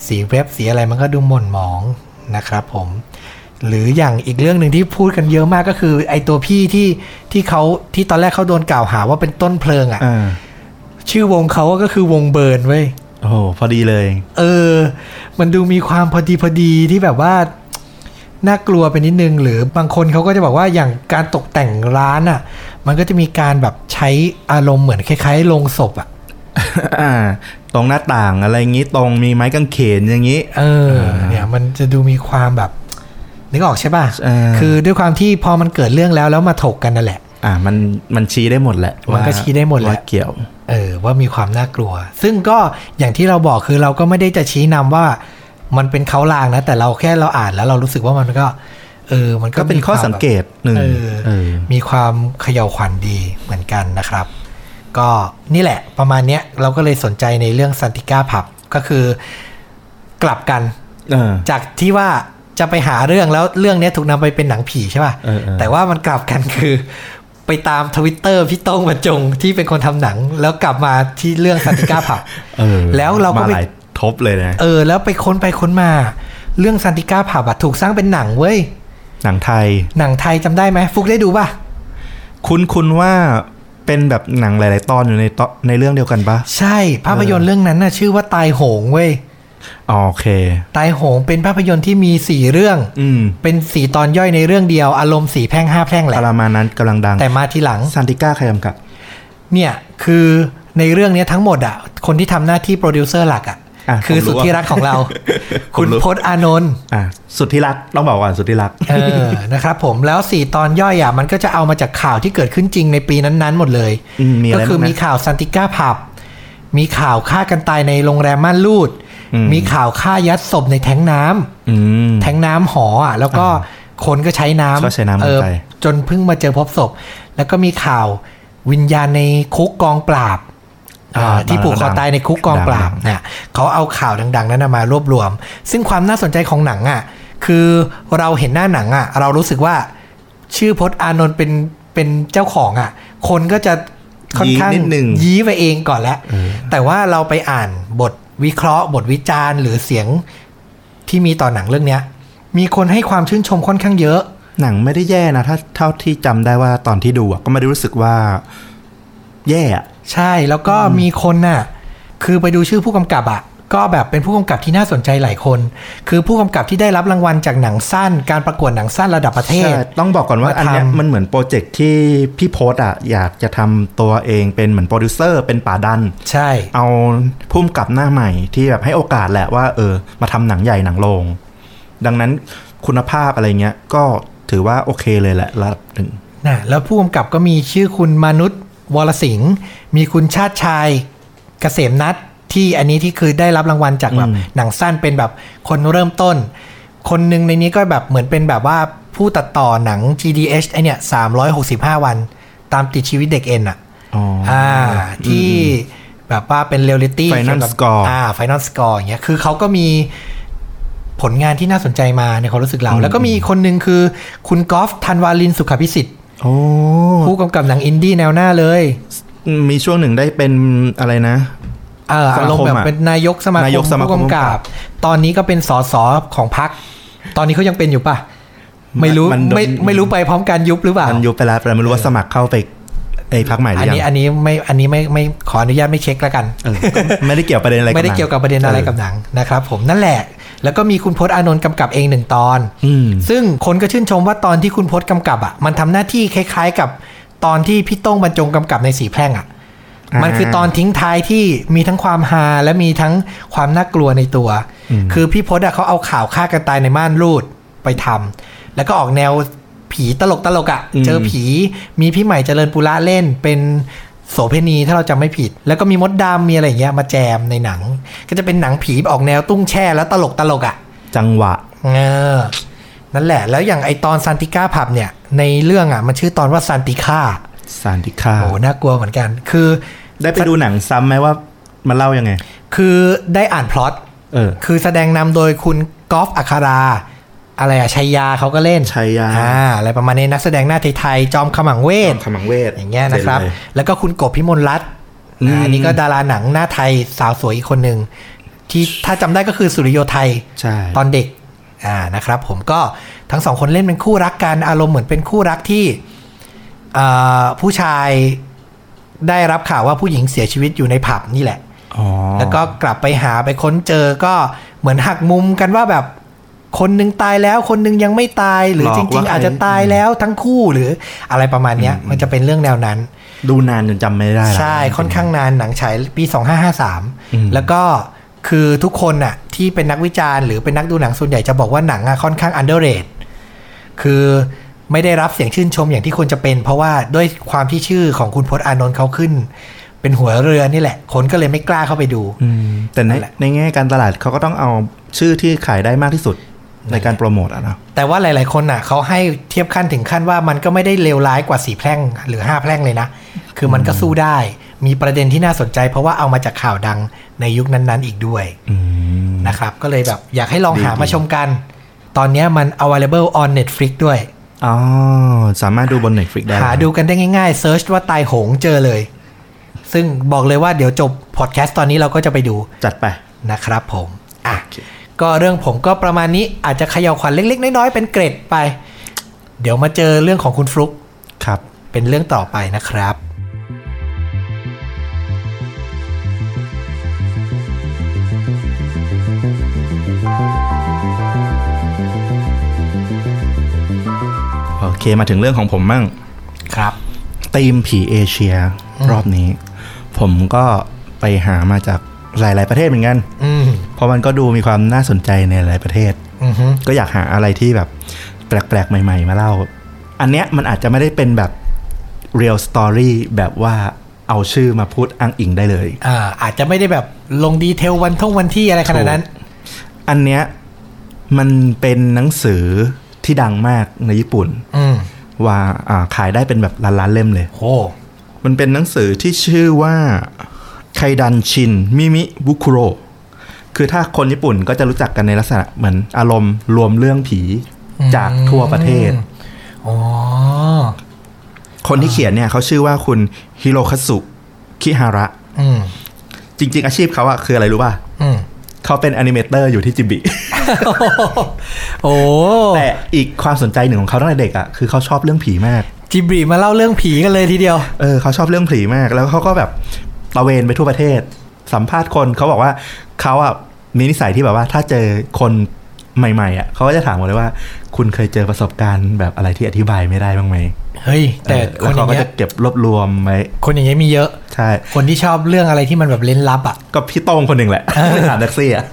[SPEAKER 1] สีเว็บสีอะไรมันก็ดูหม่นหมองนะครับผม หรืออย่างอีกเรื่องหนึ่งที่พูดกันเยอะมากก็คือ ไอตัวพี่ที่ที่เขาที่ตอนแรกเขาโดนกล่าวหาว่าเป็นต้นเพลิงอะ่ะ
[SPEAKER 2] อ่า
[SPEAKER 1] ชื่อวงเขาก็คือวงเบิร์นเว้ย
[SPEAKER 2] โอ้โหพอดีเลย
[SPEAKER 1] เออ มันดูมีความพอดีพอดีที่แบบว่า น่ากลัวไปนิดนึง หรือบางคนเขาก็จะบอกว่าอย่างการตกแต่งร้านอะ่ะ มันก็จะมีการแบบใช้อารมณ์เหมือนคล้ายๆโลงศพอ่ะ
[SPEAKER 2] อ่า ตรงหน้าต่างอะไรงี้ตรงมีไม้กางเขนอย่างงี้
[SPEAKER 1] เออเนี่ยมันจะดูมีความแบบนึกออกใช่ป่ะ
[SPEAKER 2] เออ
[SPEAKER 1] คือด้วยความที่พอมันเกิดเรื่องแล้วแล้วมาถกกันนั่นแหละ
[SPEAKER 2] อ่า มันมันชี้ได้หมดแหละ
[SPEAKER 1] มันก็
[SPEAKER 2] ว่า
[SPEAKER 1] ชี้ได้หมดแหละ
[SPEAKER 2] ว่าเกี่ยว
[SPEAKER 1] เออว่ามีความน่ากลัว ซึ่งก็อย่างที่เราบอกคือเราก็ไม่ได้จะชี้นำว่ามันเป็นเขาลางนะ แต่เราแค่เราอ่านแล้วเรารู้สึกว่ามันก็ เออ มันก็
[SPEAKER 2] ก็เป็น
[SPEAKER 1] มี
[SPEAKER 2] ข้อ
[SPEAKER 1] วาม
[SPEAKER 2] สังเกตหนึ่ง
[SPEAKER 1] เออ
[SPEAKER 2] เออ
[SPEAKER 1] มีความเขย่าวขวัญดีเหมือนกันนะครับ ก็นี่แหละประมาณเนี้ยเราก็เลยสนใจในเรื่องซันติก้าผับก็คือกลับกัน
[SPEAKER 2] เออ
[SPEAKER 1] จากที่ว่าจะไปหาเรื่องแล้วเรื่องเนี้ยถูกนำไปเป็นหนังผีใช่ป่ะ
[SPEAKER 2] เออเออ
[SPEAKER 1] แต่ว่ามันกลับกันคือ ไปตามทวิตเตอร์พี่โต้งบรรจงที่เป็นคนทำหนัง แล้วกลับมาที่เรื่องซันติก้า
[SPEAKER 2] [LAUGHS]
[SPEAKER 1] ผับ
[SPEAKER 2] เออ
[SPEAKER 1] แล้วเราก็
[SPEAKER 2] มา
[SPEAKER 1] ไป
[SPEAKER 2] หลายทบเลยนะ
[SPEAKER 1] เออ แล้วไปค้นไปค้นมา เรื่องซันติก้าผับอะถูกสร้างเป็นหนังเว้ย
[SPEAKER 2] หนังไทย
[SPEAKER 1] หนังไทยจำได้ไหมฟุกได้ดูป่ะ
[SPEAKER 2] คุณคุณว่าเป็นแบบหนังหลาย ๆ ตอนอยู่ในตอนในเรื่องเดียวกันปะ
[SPEAKER 1] ใช่ภาพยนตร์เรื่องนั้นน่ะชื่อว่าตายโหงเว้ย
[SPEAKER 2] อ๋อโอเค
[SPEAKER 1] ตายโหงเป็นภาพยนตร์ที่มีสี่เรื่อง
[SPEAKER 2] อืม
[SPEAKER 1] เป็นสี่ตอนย่อยในเรื่องเดียวอารมณ์สีแพร่งห้าแพร่งแหละ
[SPEAKER 2] ประมาณนั้นกำลังดัง
[SPEAKER 1] แต่มาทีหลัง
[SPEAKER 2] ซันติก้าใครกำกับ
[SPEAKER 1] เนี่ยคือในเรื่องเนี้ยทั้งหมดอ่ะคนที่ทำหน้าที่โปรดิวเซอร์หลักอ่ะ
[SPEAKER 2] อ่ะ
[SPEAKER 1] คือ
[SPEAKER 2] ผมรู้
[SPEAKER 1] สุดที่รักของเรา
[SPEAKER 2] [LAUGHS] ผมรู้
[SPEAKER 1] คุณพจน์อานนท์
[SPEAKER 2] อ่ะสุดที่รักต้องบอกก่อนสุดที่รัก
[SPEAKER 1] เออ นะครับผมแล้วสี่ตอนย่อยอ่ะมันก็จะเอามาจากข่าวที่เกิดขึ้นจริงในปีนั้นๆ หมดเลย
[SPEAKER 2] อืมมีอะไร
[SPEAKER 1] ก็คือ
[SPEAKER 2] บ้างนะ
[SPEAKER 1] มีข่าวซันติก้าผับ มีข่าวฆ่ากันตายในโรงแรมม่านรูด
[SPEAKER 2] อืม
[SPEAKER 1] มีข่าวฆ่ายัดศพในแท้งน้ำ
[SPEAKER 2] อืม
[SPEAKER 1] แทงน้ำหออ่ะแล้วก็คนก็ใช้น้ำ
[SPEAKER 2] ก็ใช้น้ำ
[SPEAKER 1] เออ
[SPEAKER 2] ไป
[SPEAKER 1] จนเพิ่งมาเจอพบศพ แล้วก็มีข่าววิญญาณในคุกกองปราบอ่าที่ผูกคอตายในคุกกองปราบเนี่ยเขาเอาข่าวดัง ๆ นั้นนะมารวบรวม ซึ่งความน่าสนใจของหนังอ่ะคือเราเห็นหน้าหนังอ่ะเรารู้สึกว่าชื่อพจน์อานนท์เป็นเป็นเจ้าของอ่ะ คนก็จะค่อนข้าง
[SPEAKER 2] ยี้นิดนึง
[SPEAKER 1] ยี้ไปเองก่อนแล้วแต่ว่าเราไปอ่านบทวิเคราะห์ บทวิจารณ์ หรือเสียง ที่มีต่อหนังเรื่องเนี้ย มีคนให้ความชื่นชมค่อนข้างเยอะ
[SPEAKER 2] หนังไม่ได้แย่นะ ถ้าเท่าที่จำได้ว่าตอนที่ดูอะก็ไม่ได้รู้สึกว่า แย่อะ
[SPEAKER 1] ใช่แล้วก็มีคนน่ะ คือไปดูชื่อผู้กำกับอ่ะ ก็แบบเป็นผู้กำกับที่น่าสนใจหลายคน คือผู้กำกับที่ได้รับรางวัลจากหนังสั้น การประกวดหนังสั้นระดับประเทศ
[SPEAKER 2] ใช่ต้องบอกก่อนว่า
[SPEAKER 1] มาทำ
[SPEAKER 2] อันเนี้ยมันเหมือนโปรเจกต์ที่พี่โพสอะอยากจะทำตัวเองเป็นเหมือนโปรดิวเซอร์เป็นป่าดัน
[SPEAKER 1] ใช่
[SPEAKER 2] เอาพุ่มกับหน้าใหม่ที่แบบให้โอกาสแหละว่า เออ มาทำหนังใหญ่หนังโรงดังนั้นคุณภาพอะไรเงี้ย ก็ถือว่าโอเคเลยแหละระดับหนึ่ง
[SPEAKER 1] นะแล้วผู้กำกับก็มีชื่อคุณมานุษย์วรสิงห์มีคุณชาติชายเกษมนัทที่อันนี้ที่คือได้รับรางวัลจากแบบ
[SPEAKER 2] อืม
[SPEAKER 1] หนังสั้นเป็นแบบคนเริ่มต้น คนหนึ่งในนี้ก็แบบเหมือนเป็นแบบว่าผู้ตัดต่อหนัง GDH ไอเนี่ย365 วัน ตามติดชีวิตเด็กเอ็นอ่ะ
[SPEAKER 2] อ๋อ
[SPEAKER 1] อ่าที่แบบว่าเป็นเรียลลิตี้
[SPEAKER 2] Final Score
[SPEAKER 1] อ่าไฟนอลสกอร์อย่างเงี้ยคือเขาก็มีผลงานที่น่าสนใจมาในความรู้สึกเรา แล้วก็มีอีกคนหนึ่งคือคุณกอล์ฟธันวาลินสุขพิสิทธิ์
[SPEAKER 2] โอ้
[SPEAKER 1] ผู้กำกับหนังอินดี้แนวหน้าเลย
[SPEAKER 2] มีช่วงหนึ่งได้เป็นอะไรนะ
[SPEAKER 1] เออ
[SPEAKER 2] ส
[SPEAKER 1] อา
[SPEAKER 2] มาค
[SPEAKER 1] ร
[SPEAKER 2] ม
[SPEAKER 1] มณ์แบบ
[SPEAKER 2] อะ
[SPEAKER 1] เป็นนายกสมาคม
[SPEAKER 2] นายกสมาคม
[SPEAKER 1] ผู้กำกับ ตอนนี้ก็เป็นสสของพรรค ตอนนี้เขายังเป็นอยู่ปะไม่รู้
[SPEAKER 2] นโดน
[SPEAKER 1] ไม่ไม่รู้ไปพร้อมกันยุบหรือเปล่า
[SPEAKER 2] มันยุบไปแล้วแต่ไม่รู้ว่าสมัครเข้าไปไอ้พักใหม่ห
[SPEAKER 1] อัน
[SPEAKER 2] รือยัง
[SPEAKER 1] นี้อันนี้ไม่อันนี้ไม่ไม่ขออนุญาตไม่เช็คละกัน
[SPEAKER 2] เออก็ไม่ได้เกี่ยวประเด็นอะไรบ
[SPEAKER 1] ไม่ได้
[SPEAKER 2] หนัง
[SPEAKER 1] เกี่ยวกับประเด็นอะไรกับหนังนะครับผมนั่นแหละ แล้วก็มีคุณพจน์อานนท์กำกับเองหนึ่งตอน
[SPEAKER 2] อืม
[SPEAKER 1] ซึ่งคนก็ชื่นชมว่าตอนที่คุณพจน์กำกับอ่ะมันทำหน้าที่คล้าย ๆ กับตอนที่พี่โต้งบรรจงกำกับในสีแพร่งอ่ะ
[SPEAKER 2] อ่ามั
[SPEAKER 1] มันคือตอนทิ้งท้ายที่มีทั้งความฮาและมีทั้งความน่ากลัวในตัว คือพี่พจน์อ่ะเขาเอาข่าวฆ่ากันตายในม่านรูดไปทำแล้วก็ออกแนวผีตลกตลกๆอ่ะ
[SPEAKER 2] อืม
[SPEAKER 1] เจอผี มีพี่ใหม่เจริญปุระเล่นเป็นโสเพณีถ้าเราจำไม่ผิด แล้วก็มีมดดำมีอะไรอย่างเงี้ยมาแจมในหนัง ก็จะเป็นหนังผีออกแนวตุ้งแช่แล้วตลกตลกๆอ่ะ
[SPEAKER 2] จังหวะ
[SPEAKER 1] เออนั่นแหละ แล้วอย่างไอตอนซันติก้าผับเนี่ย ในเรื่องอ่ะ มันชื่อตอนว่าซันติก้า
[SPEAKER 2] สารติค่า
[SPEAKER 1] โอ้น่ากลัวเหมือนกัน คือ
[SPEAKER 2] ได้ไปดูหนังซ้ำไหมว่ามันเล่ายังไง
[SPEAKER 1] คือได้อ่านพล็อต
[SPEAKER 2] เออ
[SPEAKER 1] คือแสดงนำโดยคุณกอล์ฟอัคารา อะไรอะชัยยาเขาก็เล่น
[SPEAKER 2] ชัยยา
[SPEAKER 1] อ่าอะไรประมาณนี้นักแสดงหน้าไทยๆจอมขมังเวท
[SPEAKER 2] ขมังเวท
[SPEAKER 1] อย่างเงี้ยนะครับ
[SPEAKER 2] จ๋เลย
[SPEAKER 1] แล้วก็คุณกบพิมลรัตน์
[SPEAKER 2] อืม
[SPEAKER 1] อ่าอันนี้ก็ดาราหนังหน้าไทยสาวสวยอีกคนหนึ่งที่ถ้าจำได้ก็คือสุริโยไทย
[SPEAKER 2] ใช่
[SPEAKER 1] ตอนเด็ก อ่า นะครับ ผมก็ทั้งสองคนเล่นเป็นคู่รักกัน อารมณ์เหมือนเป็นคู่รักที่อ่าผู้ชายได้รับข่าวว่าผู้หญิงเสียชีวิตอยู่ในผับนี่แหละ
[SPEAKER 2] อ๋อ
[SPEAKER 1] แล้วก็กลับไปหาไปค้นเจอก็เหมือนหักมุมกันว่าแบบ คนหนึ่งตายแล้วคนหนึ่งยังไม่ตายหรือ
[SPEAKER 2] หลอก
[SPEAKER 1] จริ
[SPEAKER 2] ว่าง ใค
[SPEAKER 1] ๆ
[SPEAKER 2] ร
[SPEAKER 1] อาจจะตายแล้วทั้งคู่หรืออะไรประมาณเนี้ย มันจะเป็นเรื่องแนวนั้น
[SPEAKER 2] ดูนานจนจำไม่ได้ละ
[SPEAKER 1] ใช่ค่อนข้างนานหนังฉายปี
[SPEAKER 2] อืม
[SPEAKER 1] 2553 แล้วก็คือทุกคนน่ะที่เป็นนักวิจารณ์หรือเป็นนักดูหนังส่วนใหญ่จะบอกว่าหนังอะค่อนข้าง underrated คือไม่ได้รับเสียงชื่นชมอย่างที่ควรจะเป็น เพราะว่าด้วยความที่ชื่อของคุณพจน์อานนท์เขาขึ้น เป็นหัวเรือนี่แหละ คนก็เลยไม่กล้าเข้าไปดู
[SPEAKER 2] อืมแต่ใน
[SPEAKER 1] นั่นแหละ
[SPEAKER 2] ในแง่การตลาดเขาก็ต้องเอาชื่อที่ขายได้มากที่สุดในการโปรโมทอะนะ
[SPEAKER 1] แต่ว่าหลาย ๆ คนน่ะเขาให้เทียบขั้นถึงขั้นว่ามันก็ไม่ได้เลวร้ายกว่าสีแพร่งหรือห้าแพร่งเลยนะ คือมันก็สู้ได้ มีประเด็นที่น่าสนใจ เพราะว่าเอามาจากข่าวดังในยุคนั้น ๆ อีกด้วย
[SPEAKER 2] อืม
[SPEAKER 1] นะครับก็เลยแบบอยากให้ลองหา
[SPEAKER 2] ดีๆ
[SPEAKER 1] มาชมกัน ตอนเนี้ยมัน available on Netflix ด้วย
[SPEAKER 2] อ๋อ สามารถดูบน Netflix ได้
[SPEAKER 1] หาดูกันได้ง่ายๆ search ว่าตายโหงเจอเลย ซึ่งบอกเลยว่าเดี๋ยวจบพอดแคสต์ตอนนี้เราก็จะไปดู
[SPEAKER 2] จัดไป
[SPEAKER 1] นะครับผมอ่ะก็เรื่องผมก็ประมาณนี้อาจจะเขย่าวขวัญเล็ก ๆ น้อยๆ เป็นเกรดไป เดี๋ยวมาเจอเรื่องของคุณฟลุก
[SPEAKER 2] ครับ
[SPEAKER 1] เป็นเรื่องต่อไปนะครับ
[SPEAKER 2] โอเคมาถึงเรื่องของผมมั่ง
[SPEAKER 1] ครับ
[SPEAKER 2] ตีมผีเอเชีย รอบนี้ ผมก็ไปหามาจากหลาย ๆ ประเทศเหมือนกัน
[SPEAKER 1] อืม
[SPEAKER 2] เพราะมันก็ดูมีความน่าสนใจในหลายประเทศ
[SPEAKER 1] อือฮึ
[SPEAKER 2] ก็อยากหาอะไรที่แบบ แปลก ๆ ใหม่ ๆ มาเล่า อันเนี้ยมันอาจจะไม่ได้เป็นแบบ real story แบบว่าเอาชื่อมาพูดอ้างอิงได้เลย
[SPEAKER 1] อ่าอาจจะไม่ได้แบบลงดีเทลวันท่องวันที่อะไรขนาดนั้น
[SPEAKER 2] อันเนี้ยมันเป็นหนังสือที่ดังมากในญี่ปุ่น
[SPEAKER 1] อืม
[SPEAKER 2] ว่าอ่าขายได้เป็นแบบล้านล้านๆเล่มเลย
[SPEAKER 1] โห
[SPEAKER 2] มันเป็นหนังสือที่ชื่อว่าไคดันชินมิมิบุคุโร คือถ้าคนญี่ปุ่นก็จะรู้จักกันในลักษณะเหมือนอารมณ์รวมเรื่องผีจากทั่วประเทศ
[SPEAKER 1] อ๋อ
[SPEAKER 2] คนที่เขียนเนี่ยเขาชื่อว่าคุณฮิโรคัตสุคิฮาระ
[SPEAKER 1] อืม
[SPEAKER 2] จริง ๆ อาชีพเขาอะคืออะไรรู้ป่ะ
[SPEAKER 1] อืม
[SPEAKER 2] เขาเป็นแอนิเมเตอร์อยู่ที่จิบิ
[SPEAKER 1] โอ้
[SPEAKER 2] แต่อีกความสนใจหนึ่งของเขาตั้งแต่เด็กอะ่ะคือเขาชอบเรื่องผีมาก
[SPEAKER 1] จิบรีมาเล่าเรื่องผีกันเลยทีเดียว
[SPEAKER 2] เออเขาชอบเรื่องผีมาก แล้วเขาก็แบบตระเวนไปทั่วประเทศ สัมภาษณ์คนเขาบอกว่าเขาอ่ะมีนิสัยที่แบบว่าถ้าเจอคนใหม่ๆอ่ะเขาก็จะถามหมดเลยว่า คุณเคยเจอประสบการณ์แบบอะไรที่อธิบายไม่ได้บ้างไหม
[SPEAKER 1] เฮ้ย แต่
[SPEAKER 2] เออ
[SPEAKER 1] ค
[SPEAKER 2] แล้ว
[SPEAKER 1] นอ
[SPEAKER 2] เขา
[SPEAKER 1] ย่าง
[SPEAKER 2] ก็
[SPEAKER 1] เงี้
[SPEAKER 2] จะ
[SPEAKER 1] ย
[SPEAKER 2] เก็บรวบรวมไว้
[SPEAKER 1] คนอย่างเงี้ยมีเยอะ
[SPEAKER 2] ใช่
[SPEAKER 1] คนที่ชอบเรื่องอะไรที่มันแบบเล่นลับอ่ะ
[SPEAKER 2] ก็พี่โต้งคนหนึ่งแหละ ไปถามแท็กซี่อ่ะ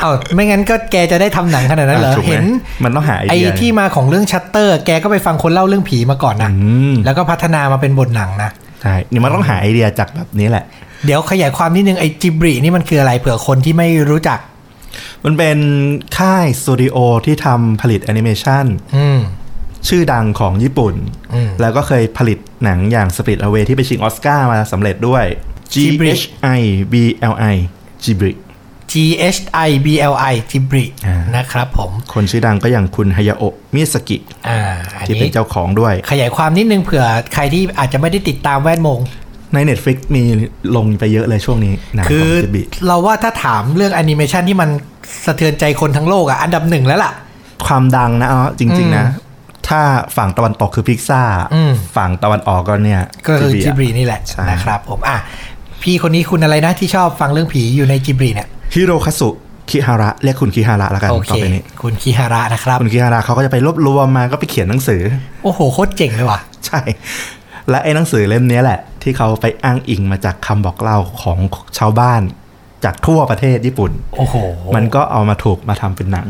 [SPEAKER 1] เอ้าไม่งั้นก็แกจะได้ทำหนังขนาดนั้นเหรอ
[SPEAKER 2] ถูกไม
[SPEAKER 1] เห็น
[SPEAKER 2] มันต้องหาไอ
[SPEAKER 1] ไอ้
[SPEAKER 2] เดีย
[SPEAKER 1] ที่มาของเรื่องชัตเตอร์ แกก็ไปฟังคนเล่าเรื่องผีมาก่อนนะ
[SPEAKER 2] อืม
[SPEAKER 1] แล้วก็พัฒนามาเป็นบทหนังนะ
[SPEAKER 2] ใช่นี่มันต้องหาไอเดียจากแบบนี้แหละ
[SPEAKER 1] เดี๋ยวขยายความนิดนึงไอ้จิบรีนี่มันคืออะไรเผื่อคนที่ไม่รู้จัก
[SPEAKER 2] มันเป็นค่ายสตูดิโอที่ทำผลิตแอนิเมชัน
[SPEAKER 1] อืม
[SPEAKER 2] ชื่อดังของญี่ปุ่น
[SPEAKER 1] อืม
[SPEAKER 2] แล้วก็เคยผลิตหนังอย่าง Split Away ที่ไปชิงออสการ์มาสำเร็จด้วย G
[SPEAKER 1] Ghibli
[SPEAKER 2] H I B L I Ghibli
[SPEAKER 1] G H I B L I จิบรี
[SPEAKER 2] อ่าน
[SPEAKER 1] นะครับผม
[SPEAKER 2] คนชื่อดังก็อย่างคุณฮายาโอะมิสกิ
[SPEAKER 1] อ่า อัน
[SPEAKER 2] ที่เป็
[SPEAKER 1] นี้
[SPEAKER 2] นเจ้าของด้วย
[SPEAKER 1] ขยายความนิดนึงเผื่อใครที่อาจจะไม่ได้ติดตามแวดวง
[SPEAKER 2] ใน Netflix มีลงไปเยอะเลยช่วงนี้หนังข
[SPEAKER 1] คือ
[SPEAKER 2] องจิบิ
[SPEAKER 1] เราว่าถ้าถามเรื่องแอนิเมชันที่มันสะเทือนใจคนทั้งโลกอ่ะ อันดับหนึ่งแล้วล่ะ
[SPEAKER 2] ความดังนะอ๋อจริง
[SPEAKER 1] อืม
[SPEAKER 2] ๆ นะ ถ้าฝั่งตะวันตกคือพิกซ่า
[SPEAKER 1] อืม
[SPEAKER 2] ฝั่งตะวันออกก็เนี่ย
[SPEAKER 1] ก็คือจิ
[SPEAKER 2] อะ
[SPEAKER 1] บรีนี่แหละ
[SPEAKER 2] ใช่
[SPEAKER 1] นะครับผมอ่ะพี่คนนี้คุณอะไรนะที่ชอบฟังเรื่องผีอยู่ในจิบรีเนี่ย
[SPEAKER 2] ฮิโรคัตสุคิฮาระเรียกคุณคิฮาระแล้วกัน
[SPEAKER 1] โอเค
[SPEAKER 2] ต่อไปนี้
[SPEAKER 1] คุณคิฮาระนะครับ
[SPEAKER 2] คุณคิฮาระเขาก็จะไปรวบรวมมาก็ไปเขียนหนังสือ
[SPEAKER 1] โอ้โหโคตรเจ๋งเลยว่ะ
[SPEAKER 2] ใช่ และไอ้หนังสือเล่มเนี้ยแหละ ที่เขาไปอ้างอิงมาจากคำบอกเล่าของชาวบ้าน จากทั่วประเทศญี่ปุ่น
[SPEAKER 1] โอ้โห
[SPEAKER 2] มันก็เอามาถูกมาทำเป็นหนัง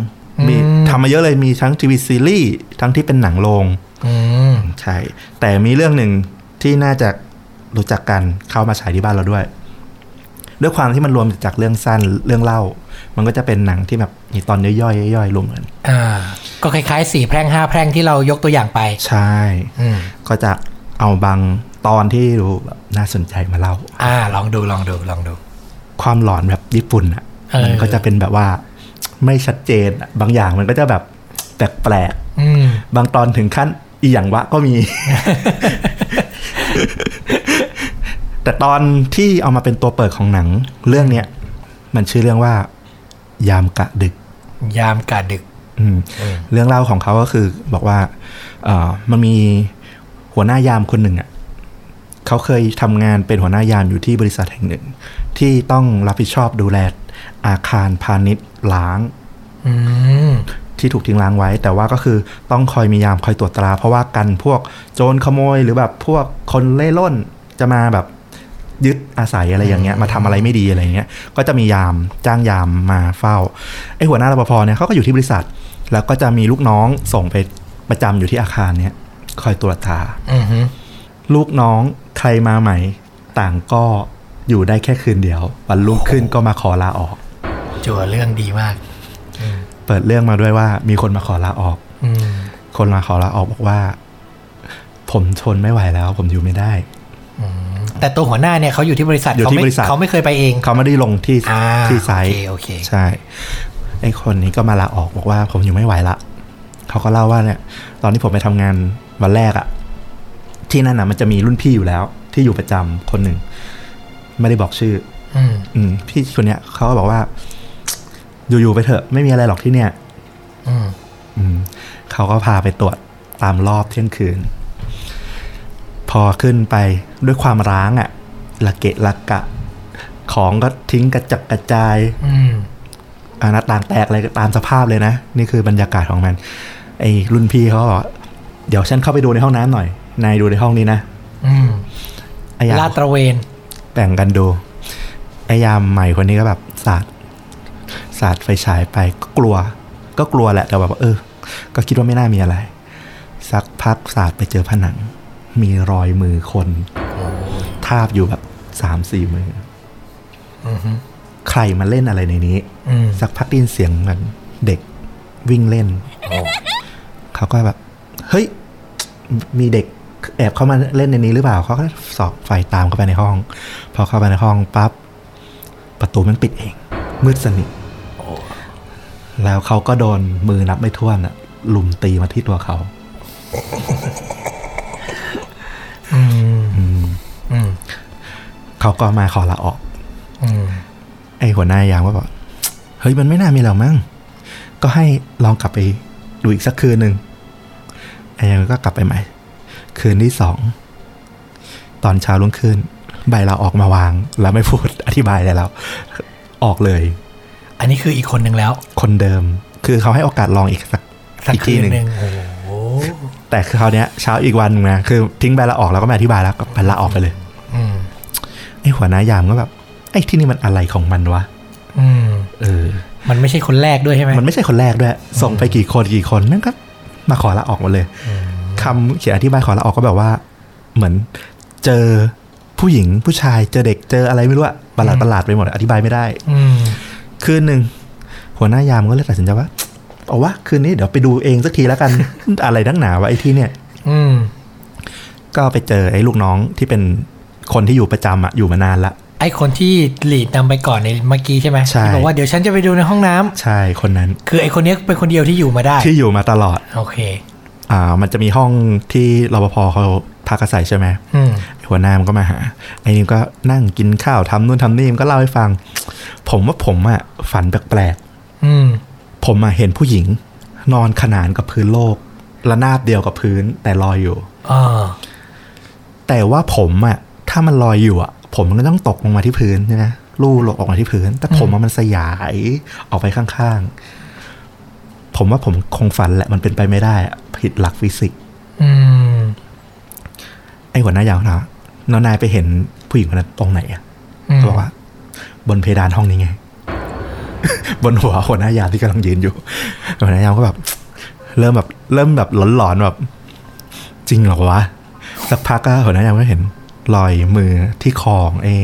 [SPEAKER 2] มีทำมาเยอะเลยมีทั้งทีวีซีรีส์ทั้งที่เป็นหนังโรง
[SPEAKER 1] อืม
[SPEAKER 2] ใช่ แต่มีเรื่องหนึ่งที่น่าจะรู้จักกันเข้ามาฉายที่บ้านเราด้วย ด้วยความที่มันรวมจากเรื่องสั้นเรื่องเล่า มันก็จะเป็นหนังที่แบบมีตอนย่อยๆย่อยๆรวมกัน
[SPEAKER 1] อ่า ก็คล้ายๆสี่แพร่งห้าแพร่งที่เรายกตัวอย่างไป
[SPEAKER 2] ใช่
[SPEAKER 1] อืม
[SPEAKER 2] ก็จะเอาบางตอนที่ดูแบบน่าสนใจมาเล่า
[SPEAKER 1] อ่า ลองดูลองดูลองดู
[SPEAKER 2] ความหลอนแบบญี่ปุ่นอ่ะ
[SPEAKER 1] เออ
[SPEAKER 2] มันก็จะเป็นแบบว่า ไม่ชัดเจนอะบางอย่างมันก็จะแบบแปลก
[SPEAKER 1] อืม
[SPEAKER 2] ๆ บางตอนถึงขั้นอีหยังวะก็
[SPEAKER 1] [LAUGHS]
[SPEAKER 2] มี แต่ตอนที่เอามาเป็นตัวเปิดของหนัง เรื่องเนี้ยมันชื่อเรื่องว่า ยามกะดึก
[SPEAKER 1] ยามกะดึก
[SPEAKER 2] อืมเรื่องเล่าของเขาก็คือบอกว่า เออมันมีหัวหน้ายามคนหนึ่งอ่ะเขาเคยทำงานเป็นหัวหน้ายามอยู่ที่บริษัทแห่งหนึ่ง ที่ต้องรับผิดชอบดูแลอาคารพาณิชย์ล้าง
[SPEAKER 1] อืม
[SPEAKER 2] ที่ถูกทิ้งล้างไว้ แต่ว่าก็คือต้องคอยมียามคอยตรวจตรา เพราะว่ากันพวกโจรขโมยหรือแบบพวกคนเล่ร่อนจะมาแบบยึดอาศัยอะไรอย่างเงี้ย มาทำอะไรไม่ดีอะไรอย่างเงี้ย ก็จะมียามจ้างยามมาเฝ้าไอ้หัวหน้ารปภเนี่ยเขาก็อยู่ที่บริษัท แล้วก็จะมีลูกน้องส่งไปประจำอยู่ที่อาคารเนี่ย คอยตรวจตรา
[SPEAKER 1] อือหือ
[SPEAKER 2] ลูกน้องใครมาใหม่ ต่างก็อยู่ได้แค่คืนเดียว วันรุ่งขึ้นก็มาขอลาออก
[SPEAKER 1] จัวเรื่องดีมาก
[SPEAKER 2] เปิดเรื่องมาด้วยว่ามีคนมาขอลาออก
[SPEAKER 1] อืม
[SPEAKER 2] คนมาขอลาออกบอกว่า ผมทนไม่ไหวแล้ว ผมอยู่ไม่ได้
[SPEAKER 1] แต่ตัวหัวหน้าเนี่ยเขาอยู่ที่บริษัท
[SPEAKER 2] อยู่
[SPEAKER 1] เขา
[SPEAKER 2] ที่
[SPEAKER 1] ไม่
[SPEAKER 2] บริษัท
[SPEAKER 1] เขาไม่เคยไปเอง
[SPEAKER 2] เขาไม่ได้ลงที่
[SPEAKER 1] อ่า
[SPEAKER 2] ที่ไซ
[SPEAKER 1] โอ
[SPEAKER 2] ต์
[SPEAKER 1] เคโอเค
[SPEAKER 2] ใช่ไอ้คนนี้ก็มาลาออกบอกว่า ผมอยู่ไม่ไหวละเขาก็เล่าว่าเนี่ย ตอนที่ผมไปทำงานวันแรกอะที่นั่นนะมันจะมีรุ่นพี่อยู่แล้ว ที่อยู่ประจำคนหนึ่งไม่ได้บอกชื่อ
[SPEAKER 1] อืม
[SPEAKER 2] อืมพี่คนเนี้ยเขาก็บอกว่า อยู่ๆไปเถอะ ไม่มีอะไรหรอกที่เนี่ย
[SPEAKER 1] อืม
[SPEAKER 2] อืมเขาก็พาไปตรวจตามรอบเที่ยงคืน พอขึ้นไปด้วยความร้างอะ่ะละเกะละกะ ของก็ทิ้งกระจัดกระจาย
[SPEAKER 1] อืม
[SPEAKER 2] อาหน้าต่างแตกอะไรก็ตามสภาพเลยนะ นี่คือบรรยากาศของมัน ไอ้รุ่นพี่เขาบอกว่าเดี๋ยวฉันเข้าไปดูในห้องน้ำหน่อย นายดูในห้องนี้นะ
[SPEAKER 1] อืม
[SPEAKER 2] ไอ้ยา
[SPEAKER 1] ลาดตระเวน
[SPEAKER 2] แบ่งกันดูไอ้ยามใหม่คนนี้ก็แบบสาดสาดไฟฉายไปก็กลัว ก็กลัวแหละแต่แบบว่าเออ ก็คิดว่าไม่น่ามีอะไร สักพักศาสตร์ไปเจอผนัง มีรอยมือคนทาบอยู่แบบสามสี่มืออใครมาเล่นอะไรในนี้
[SPEAKER 1] อืม
[SPEAKER 2] สักพักได้ยินเสียงเหมือนเด็กวิ่งเล่น เขาก็แบบ เฮ้ย มีเด็กแอบเข้ามาเล่นในนี้หรือเปล่า เขาก็สอบไฟตามเข้าไปในห้อง พอเข้าไปในห้องปั๊บ ประตูมันปิดเอง มืดสนิทแล้วเขาก็โดนมือนับไม่ถ้วนอะลุมตีมาที่ตัวเขา
[SPEAKER 1] อืม อืม
[SPEAKER 2] เขาก็มาขอลาออก
[SPEAKER 1] อืม
[SPEAKER 2] ไอ้หัวหน้ายามก็บอก เฮ้ยมันไม่น่ามีแล้วมั้งก็ให้ลองกลับไปดูอีกสักคืนหนึ่งไอ้ยังก็กลับไปใหม่ คืนที่สอง ตอนเช้ารุ่งขึ้น ใบเราออกมาวาง แล้วไม่พูด อธิบายอะไรแล้ว ออกเลย
[SPEAKER 1] อันนี้คืออีกคนหนึ่งแล้ว
[SPEAKER 2] คนเดิม คือเขาให้โอกาสลองอีกสัก
[SPEAKER 1] สัก
[SPEAKER 2] อีก
[SPEAKER 1] คื
[SPEAKER 2] ที่
[SPEAKER 1] น
[SPEAKER 2] หนึ่ง
[SPEAKER 1] หนึ่งโอ้โห
[SPEAKER 2] แต่คือคราวเนี้ยเช้าอีกวันหนึงนะคือทิ้งใบลาออกแล้วก็ไม่อธิบายแล้วก็ไปลาออกไปเลย
[SPEAKER 1] อืม
[SPEAKER 2] ไอ้หัวหน้ายามก็แบบไอ้ที่นี่มันอะไรของมันวะ
[SPEAKER 1] อืม
[SPEAKER 2] เออ
[SPEAKER 1] มันไม่ใช่คนแรกด้วยใช่ไหม
[SPEAKER 2] มันไม่ใช่คนแรกด้วย ส่งไปกี่คนกี่คนแม่งก็มาขอลาออกหมดเลยคำเขียนอธิบายขอลาออกก็แบบว่า เหมือนเจอผู้หญิงผู้ชายเจอเด็กเจออะไรไม่รู้อะประหลาดประหลาดไปหมดอะอธิบายไม่ได้
[SPEAKER 1] อืม
[SPEAKER 2] คืนหนึ่งหัวหน้ายามก็เลยตัดสินใจว่าเอาวะคืนนี้เดี๋ยวไปดูเองสักทีแล้วกัน [LAUGHS] อะไรนักหนาวะไอ้ที่เนี่ย
[SPEAKER 1] อืม
[SPEAKER 2] ก็ไปเจอไอ้ลูกน้องที่เป็นคนที่อยู่ประจำอะอยู่มานานละ
[SPEAKER 1] ไอคนที่ลีดนำไปก่อนในเมื่อกี้ใช่ไหม
[SPEAKER 2] ใช่
[SPEAKER 1] ที่บอกว่าเดี๋ยวฉันจะไปดูในห้องน้ำ
[SPEAKER 2] ใช่คนนั้น
[SPEAKER 1] คือไอคนเนี้ยเป็นคนเดียวที่อยู่มาได้
[SPEAKER 2] ที่อยู่มาตลอด
[SPEAKER 1] โอเค
[SPEAKER 2] อ่า มันจะมีห้องที่รปภเขาพักอาศัยใช่ไหม
[SPEAKER 1] อืม
[SPEAKER 2] หัวหน้ามันก็มาหา ไอ้นิมก็นั่งกินข้าวทำนู่นทำนี่มันก็เล่าให้ฟัง ผมว่าผมอะฝันแปลก
[SPEAKER 1] อืม
[SPEAKER 2] ๆ ผมอะเห็นผู้หญิง นอนขนานกับพื้นโลกระนาบเดียวกับพื้นแต่ลอยอยู่
[SPEAKER 1] อ่า
[SPEAKER 2] แต่ว่าผมอะถ้ามันลอยอยู่อะผมมันก็ต้องตกลงมาที่พื้นใช่ไหมลู่หลกออกมาที่พื้น แต่ผมอะมันสยายออกไปข้างๆ ผมว่าผมคงฝันแหละมันเป็นไปไม่ได้อะผิดหลักฟิสิกส์
[SPEAKER 1] อืม
[SPEAKER 2] ไอ้หัวหน้ายาวนะน้องนายไปเห็นผู้หญิงคนนั้นตรงไหนอะ
[SPEAKER 1] อืม
[SPEAKER 2] เขาบอกว่า บนเพดานห้องนี้ไง [LAUGHS] บนหัวหัวหน้ายามที่กำลังยืนอยู่หัวหน้ายามก็แบบ เริ่มแบบ เริ่มแบบหลอนๆแบบ จริงเหรอวะสักพักก็หัวหน้ายามก็เห็น รอยมือที่คอของไอ้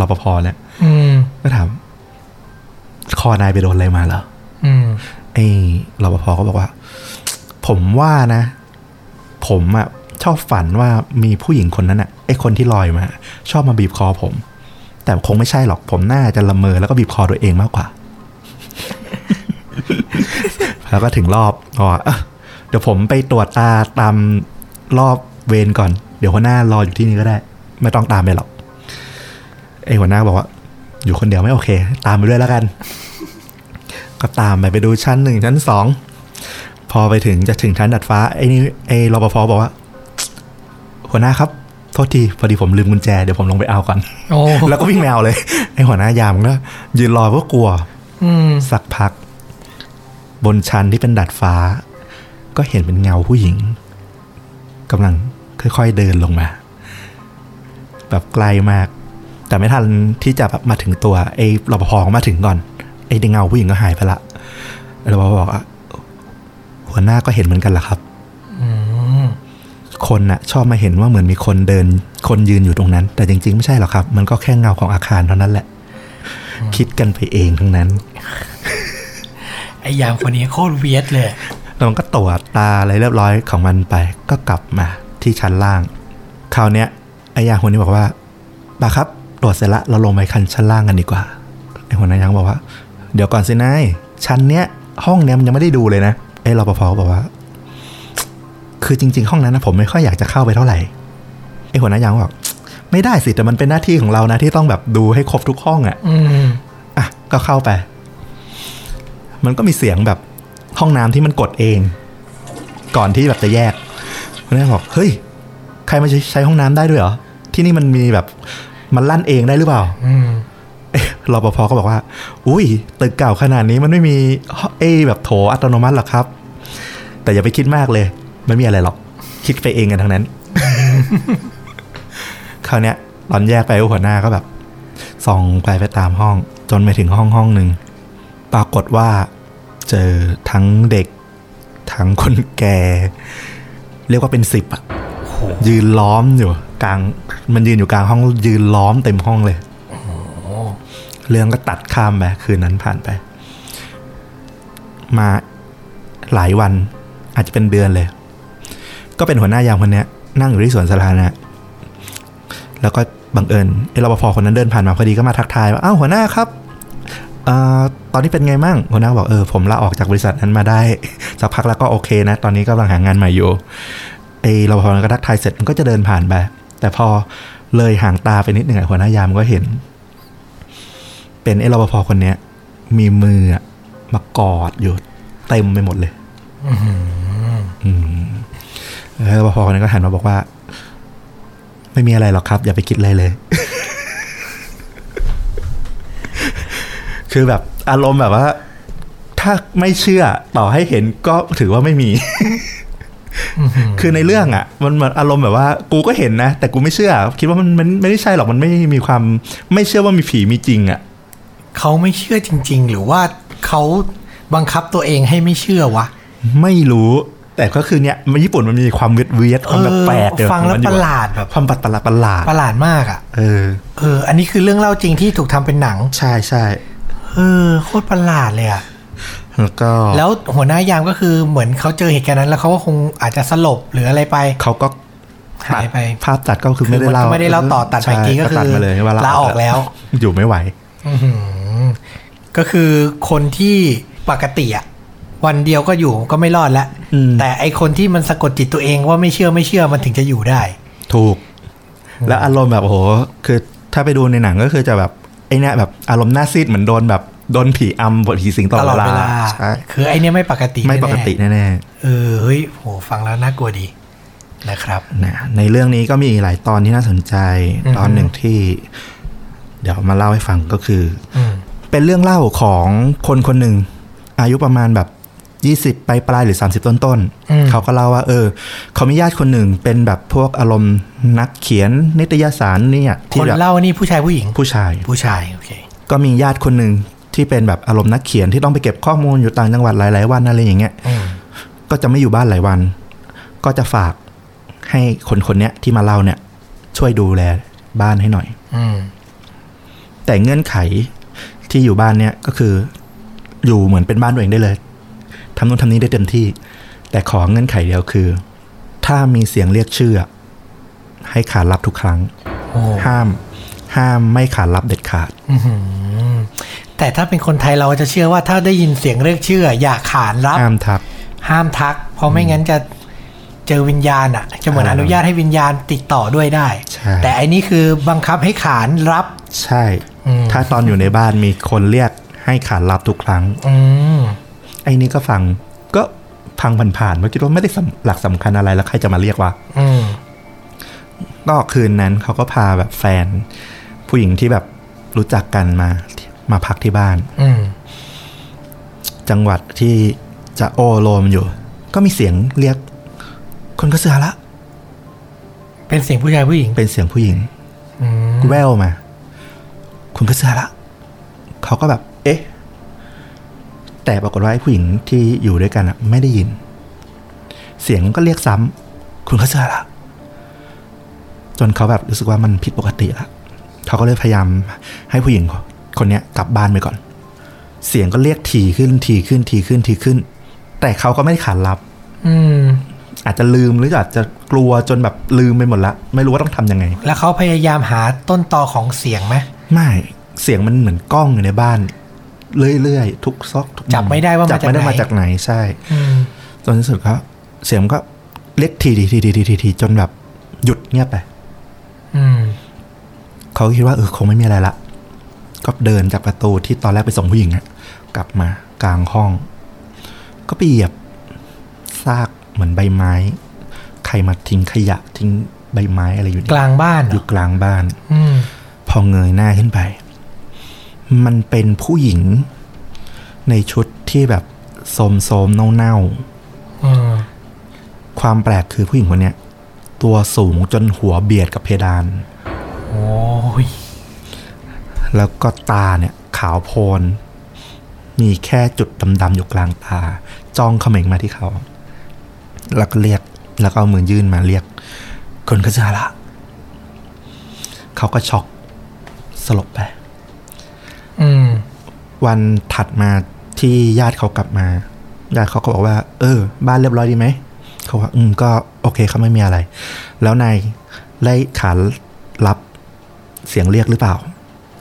[SPEAKER 2] รปภเนี่ย
[SPEAKER 1] อืม
[SPEAKER 2] ก็ถามคอนายไปโดนอะไรมาเหรอ
[SPEAKER 1] อืม
[SPEAKER 2] ไอ้รปภก็บอกว่า ผมว่านะ ผมอะชอบฝันว่ามีผู้หญิงคนนั้นอะไอ้คนที่ลอยมา ชอบมาบีบคอผม แต่คงไม่ใช่หรอกผมน่าจะละเมอแล้วก็บีบคอตัวเองมากกว่า [LAUGHS] แล้วก็ถึงรอบอ๋ออ่ะเดี๋ยวผมไปตรวจตาตามรอบเวรก่อน เดี๋ยวหัวหน้ารออยู่ที่นี่ก็ได้ ไม่ต้องตามไปหรอกไอ้หัวหน้าก็บอกว่า อยู่คนเดียวไม่โอเค ตามไปด้วยแล้วกัน ก็ตามไปไปดูชั้นหนึ่งชั้นสอง พอไปถึงจะถึงชั้นดัดฟ้าไอ้นี่ไอ้รปภบอกว่า หัวหน้าครับ โทษทีพอดีผมลืมกุญแจเดี๋ยวผมลงไปเอาก่อน [LAUGHS]
[SPEAKER 1] โอ้
[SPEAKER 2] แล้วก็วิ่งแมวเลย ไอ้หัวหน้ายามก็ยืนรอก็กลัว
[SPEAKER 1] อืม
[SPEAKER 2] สักพัก บนชั้นที่เป็นดัดฟ้า ก็เห็นเป็นเงาผู้หญิงกำลังค่อยๆเดินลงมา แบบไกลมาก แต่ไม่ทันที่จะแบบมาถึงตัวไอ้รปภก็มาถึงก่อน ไอ้เงาผู้หญิงก็หายไปละรปภบอกว่าหัวหน้าก็เห็นเหมือนกันเหรอครับ
[SPEAKER 1] อืม
[SPEAKER 2] คนน่ะชอบมาเห็นว่าเหมือนมีคนเดิน คนยืนอยู่ตรงนั้น แต่จริงๆไม่ใช่หรอกครับ มันก็แค่เงาของอาคารเท่านั้นแหละ คิดกันไปเองทั้งนั้น
[SPEAKER 1] ไอยามคนนี้โคตรเวียดเลย
[SPEAKER 2] แล้วมันก็ตรวจตาอะไรเรียบร้อยของมันไป ก็กลับมาที่ชั้นล่าง คราวเนี้ยไอ้ยาคนนี้บอกว่าบาครับตรวจเสร็จละเราลงไปคันชั้นล่างกันดีกว่าไอ้หัวหน้ายังบอกว่า เดี๋ยวก่อนสินายชั้นเนี้ย ห้องเนี้ยมันยังไม่ได้ดูเลยนะไอ้รปภก็บอกว่า คือจริง ๆ ห้องนั้นนะผมไม่ค่อยอยากจะเข้าไปเท่าไหร่ไอ้หัวหน้ายังบอกไม่ได้สิแต่มันเป็นหน้าที่ของเรานะที่ต้องแบบดูให้ครบทุกห้องอ่ะ
[SPEAKER 1] อืม
[SPEAKER 2] อ่ะก็เข้าไป มันก็มีเสียงแบบห้องน้ำที่มันกดเอง ก่อนที่แบบจะแยกคนนี้นบอกเฮ้ย ใครมาใช้ใช้ห้องน้ำได้ด้วยเหรอ ที่นี่มันมีแบบมันลั่นเองได้หรือเปล่า
[SPEAKER 1] อืม
[SPEAKER 2] เอ๊ะรปภก็บอกว่า อุ้ยตึกเก่าขนาดนี้มันไม่มีเอยแบบโถอัตโนมัติหรอกครับ แต่อย่าไปคิดมากเลย ไม่มีอะไรหรอก คิดไปเองกันทั้งนั้น [LAUGHS] คราวเนี้ยตอนแยกไปหัวหน้าก็แบบส่องไปไปตามห้อง จนไปถึงห้องห้องหนึ่งปรากฏว่าเจอทั้งเด็ก ทั้งคนแก่ เรียกว่าเป็นสิบอะยืนล้อมอยู่กลาง มันยืนอยู่กลางห้องยืนล้อมเต็มห้องเลยเรื่องก็ตัดข้ามไปคืนนั้นผ่านไป มาหลายวัน อาจจะเป็นเดือนเลย ก็เป็นหัวหน้ายามคนเนี้ย นั่งอยู่ที่สวนสาธารณะ แล้วก็บังเอิญไอ้รปภคนนั้นเดินผ่านมาพอดีก็มาทักทายว่าอ้าวหัวหน้าครับเออตอนนี้เป็นไงมั่งหัวหน้าบอกเออผมลาออกจากบริษัทนั้นมาได้ [LAUGHS] สักพักแล้วก็โอเคนะ ตอนนี้กำลังหางานใหม่อยู่ไอ้รปภนั้นก็ทักทายเสร็จมันก็จะเดินผ่านไปแต่พอเลยห่างตาไปนิดหนึ่งอะหัวหน้ายามก็เห็น เป็นไอ้รปภคนเนี้ย มีมืออะมากอดอยู่เต็มไปหมดเลยอืมแล้วรปภคนนั้นก็หันมาบอกว่า ไม่มีอะไรหรอกครับ อย่าไปคิดอะไรเลย คือแบบอารมณ์แบบว่า ถ้าไม่เชื่อต่อให้เห็นก็ถือว่าไม่มี คือในเรื่องอ่ะ มันมันอารมณ์แบบว่า กูก็เห็นนะ แต่กูไม่เชื่อ คิดว่ามันมันไม่ได้ใช่หรอกมันไม่มีความ ไม่เชื่อว่ามีผีมีจริงอ่ะ
[SPEAKER 1] เขาไม่เชื่อจริง ๆ หรือว่าเขาบังคับตัวเองให้ไม่เชื่อวะ
[SPEAKER 2] ไม่รู้ แต่ก็คือเนี่ยมันญี่ปุ่นมันมีความเวทเวทความแบบแปลก
[SPEAKER 1] เอ
[SPEAKER 2] เดี๋ย
[SPEAKER 1] อฟังแล้ว
[SPEAKER 2] มัน
[SPEAKER 1] ป
[SPEAKER 2] อยู่
[SPEAKER 1] ระหลาดแบบ
[SPEAKER 2] ความประหลาดประหลาด
[SPEAKER 1] ประหลาดมากอ่ะ
[SPEAKER 2] เออ
[SPEAKER 1] เออ อันนี้คือเรื่องเล่าจริงที่ถูกทำเป็นหนัง
[SPEAKER 2] ใช่ใช่
[SPEAKER 1] เออ โคตรประหลาดเลยอ่ะ
[SPEAKER 2] แล้วก็
[SPEAKER 1] แล้วหัวหน้ายามก็คือเหมือนเขาเจอเหตุการณ์นั้น แล้วเขาก็คงอาจจะสลบหรืออะไรไป
[SPEAKER 2] เขาก็
[SPEAKER 1] หายไป
[SPEAKER 2] ภาพตัดก็คือ
[SPEAKER 1] คือ
[SPEAKER 2] ไม่ได้
[SPEAKER 1] มัน
[SPEAKER 2] เล่า
[SPEAKER 1] ก็ไม่ได้เล่าต่อตัดไป
[SPEAKER 2] ใช่
[SPEAKER 1] อีกทีก็คือ
[SPEAKER 2] ตัดมาเลยว่า
[SPEAKER 1] ลาออกแล้ว
[SPEAKER 2] อยู่ไม่ไหว
[SPEAKER 1] อื้อหือก็คือคนที่ปกติอะวันเดียวก็อยู่ก็ไม่รอดแล้ว
[SPEAKER 2] อืม
[SPEAKER 1] แต่ไอคนที่มันสะกดจิตตัวเองว่าไม่เชื่อไม่เชื่อมันถึงจะอยู่ได้
[SPEAKER 2] ถูก แล้วอารมณ์แบบโอ้โหคือถ้าไปดูในหนังก็คือจะแบบไอ้เนี่ยแบบอารมณ์หน้าซีดเหมือนโดนแบบโดนผีอำบทผีสิงต
[SPEAKER 1] ต
[SPEAKER 2] ล
[SPEAKER 1] ล
[SPEAKER 2] อ
[SPEAKER 1] อ
[SPEAKER 2] ด
[SPEAKER 1] ด
[SPEAKER 2] เว
[SPEAKER 1] เว
[SPEAKER 2] ลา
[SPEAKER 1] ลา
[SPEAKER 2] ใช่
[SPEAKER 1] คือไอเนี้ยไม่ปกติ
[SPEAKER 2] ไม่ปกติ
[SPEAKER 1] แน่
[SPEAKER 2] แน่ๆ
[SPEAKER 1] ๆเออเฮ้ยโหฟังแล้วน่ากลัวดีนะครับ
[SPEAKER 2] นะในเรื่องนี้ก็มีหลายตอนที่น่าสนใจ
[SPEAKER 1] อือฮึ
[SPEAKER 2] ตอนหนึ่งที่ เดี๋ยวมาเล่าให้ฟังก็คือ
[SPEAKER 1] อืม
[SPEAKER 2] เป็นเรื่องเล่าของคนคนหนึ่ง อายุประมาณแบบ 20 ปลายปลายๆหรือ 30 ต้นต้นๆเขาก็เล่าว่า เออ เขามีญาติคนหนึ่งเป็นแบบพวกอารมณ์นักเขียนนิตยสารเนี่ย
[SPEAKER 1] ค
[SPEAKER 2] ที่
[SPEAKER 1] น
[SPEAKER 2] แบบ
[SPEAKER 1] เล่านี่ผู้ชายผู้หญิง
[SPEAKER 2] ผู้ชาย
[SPEAKER 1] ผู้ชายโอเค
[SPEAKER 2] ก็มีญาติคนหนึ่งที่เป็นแบบอารมณ์นักเขียนที่ต้องไปเก็บข้อมูลอยู่ต่างจังหวัดหลาย ๆ วันอะไรอย่างเงี้ย
[SPEAKER 1] อืม
[SPEAKER 2] ก็จะไม่อยู่บ้านหลายวัน ก็จะฝากให้คนคนเนี้ยที่มาเล่าเนี่ย ช่วยดูแลบ้านให้หน่อย
[SPEAKER 1] อืม
[SPEAKER 2] แต่เงื่อนไขที่อยู่บ้านเนี่ยก็คือ อยู่เหมือนเป็นบ้านตัวเองได้เลยทำนู่นทำนี้ได้เต็มที่ แต่ขอเงื่อนไขเดียวคือ ถ้ามีเสียงเรียกชื่ออะให้ขานรับทุกครั้ง
[SPEAKER 1] โอ้
[SPEAKER 2] ห้าม ห้ามไม่ขานรับเด็ดขาด
[SPEAKER 1] อื้อหือแต่ถ้าเป็นคนไทยเราจะเชื่อว่าถ้าได้ยินเสียงเรียกชื่อ อย่าขานรับ
[SPEAKER 2] ห้ามทัก
[SPEAKER 1] ห้ามทัก เพราะไม่งั้นจะเจอวิญญาณอ่ะ จะเหมือน
[SPEAKER 2] อ่า
[SPEAKER 1] อนุญาตให้วิญญาณติดต่อด้วยได้
[SPEAKER 2] ใช่
[SPEAKER 1] แต่อันนี้คือบังคับให้ขานรับ
[SPEAKER 2] ใช่
[SPEAKER 1] อืม
[SPEAKER 2] ถ้าตอนอยู่ในบ้านมีคนเรียกให้ขานรับทุกครั้ง
[SPEAKER 1] อืม
[SPEAKER 2] ไอ้นี่ก็ฟังก็พังผ่านๆเพราะคิดว่าไม่ได้สำหลักสำคัญอะไรแล้วใครจะมาเรียกวะ
[SPEAKER 1] อืม
[SPEAKER 2] ก็คืนนั้นเขาก็พาแบบแฟน ผู้หญิงที่แบบรู้จักกันมามาพักที่บ้าน
[SPEAKER 1] อืม
[SPEAKER 2] จังหวัดที่จะโอโลมอยู่ ก็มีเสียงเรียก คนก็เสือละ
[SPEAKER 1] เป็นเสียงผู้ชายผู้หญิง
[SPEAKER 2] เป็นเสียงผู้หญิง
[SPEAKER 1] อืม
[SPEAKER 2] แววมา คนก็เสือละเขาก็แบบ เอ๊ะ แต่ปรากฏว่าไอ้ผู้หญิงที่อยู่ด้วยกันอะไม่ได้ยิน เสียงก็เรียกซ้ำคุณก็เสือละ จนเขาแบบรู้สึกว่ามันผิดปกติละเขาก็เลยพยายามให้ผู้หญิงคนเนี้ยกลับบ้านไปก่อน เสียงก็เรียกทีขึ้นทีขึ้นทีขึ้นทีขึ้น แต่เขาก็ไม่ได้ขานรับ
[SPEAKER 1] อืม
[SPEAKER 2] อาจจะลืมหรืออาจจะกลัวจนแบบลืมไปหมดละไม่รู้ว่าต้องทำยังไง
[SPEAKER 1] แล้วเขาพยายามหาต้นตอของเสียงไหม
[SPEAKER 2] ไม่เสียงมันเหมือนกล้องอยู่ในบ้าน เรื่อยๆทุกซอกทุก
[SPEAKER 1] จับไม่ได้ว่า
[SPEAKER 2] จับไม่ได้มาจากไหนใช่
[SPEAKER 1] อืม
[SPEAKER 2] จนที่สุดก็เสียงก็เล็กทีทีทีทีทีทีทีจนแบบหยุดเงียบไป
[SPEAKER 1] อืม
[SPEAKER 2] เขาก็คิดว่าเออคงไม่มีอะไรละ ก็เดินจากประตูที่ตอนแรกไปส่งผู้หญิงอะกลับมากลางห้อง ก็ไปเหยียบซากเหมือนใบไม้ ใครมาทิ้งขยะทิ้งใบไม้อะไรอยู่เนี่ย
[SPEAKER 1] กลางบ้านเหร
[SPEAKER 2] อ
[SPEAKER 1] อยู่
[SPEAKER 2] กลางบ้าน
[SPEAKER 1] อืม
[SPEAKER 2] พอเงยหน้าขึ้นไป มันเป็นผู้หญิง ในชุดที่แบบโสมโสมๆเน่า
[SPEAKER 1] อืม
[SPEAKER 2] ๆ ความแปลกคือผู้หญิงคนเนี้ย ตัวสูงจนหัวเบียดกับเพดาน
[SPEAKER 1] โอ้ย
[SPEAKER 2] แล้วก็ตาเนี่ยขาวโพลน มีแค่จุดดำๆอยู่กลางตา จ้องเขม็งมาที่เขา แล้วก็เรียก แล้วก็เอามือยื่นมาเรียก คนกระจาละเขาก็ช็อกสลบไป
[SPEAKER 1] อืม
[SPEAKER 2] วันถัดมาที่ญาติเขากลับมา ญาติเขาก็บอกว่า เออ บ้านเรียบร้อยดีไหม เขาว่า อืมก็โอเคเขาไม่มีอะไร แล้วนายได้ขานรับเสียงเรียกหรือเปล่า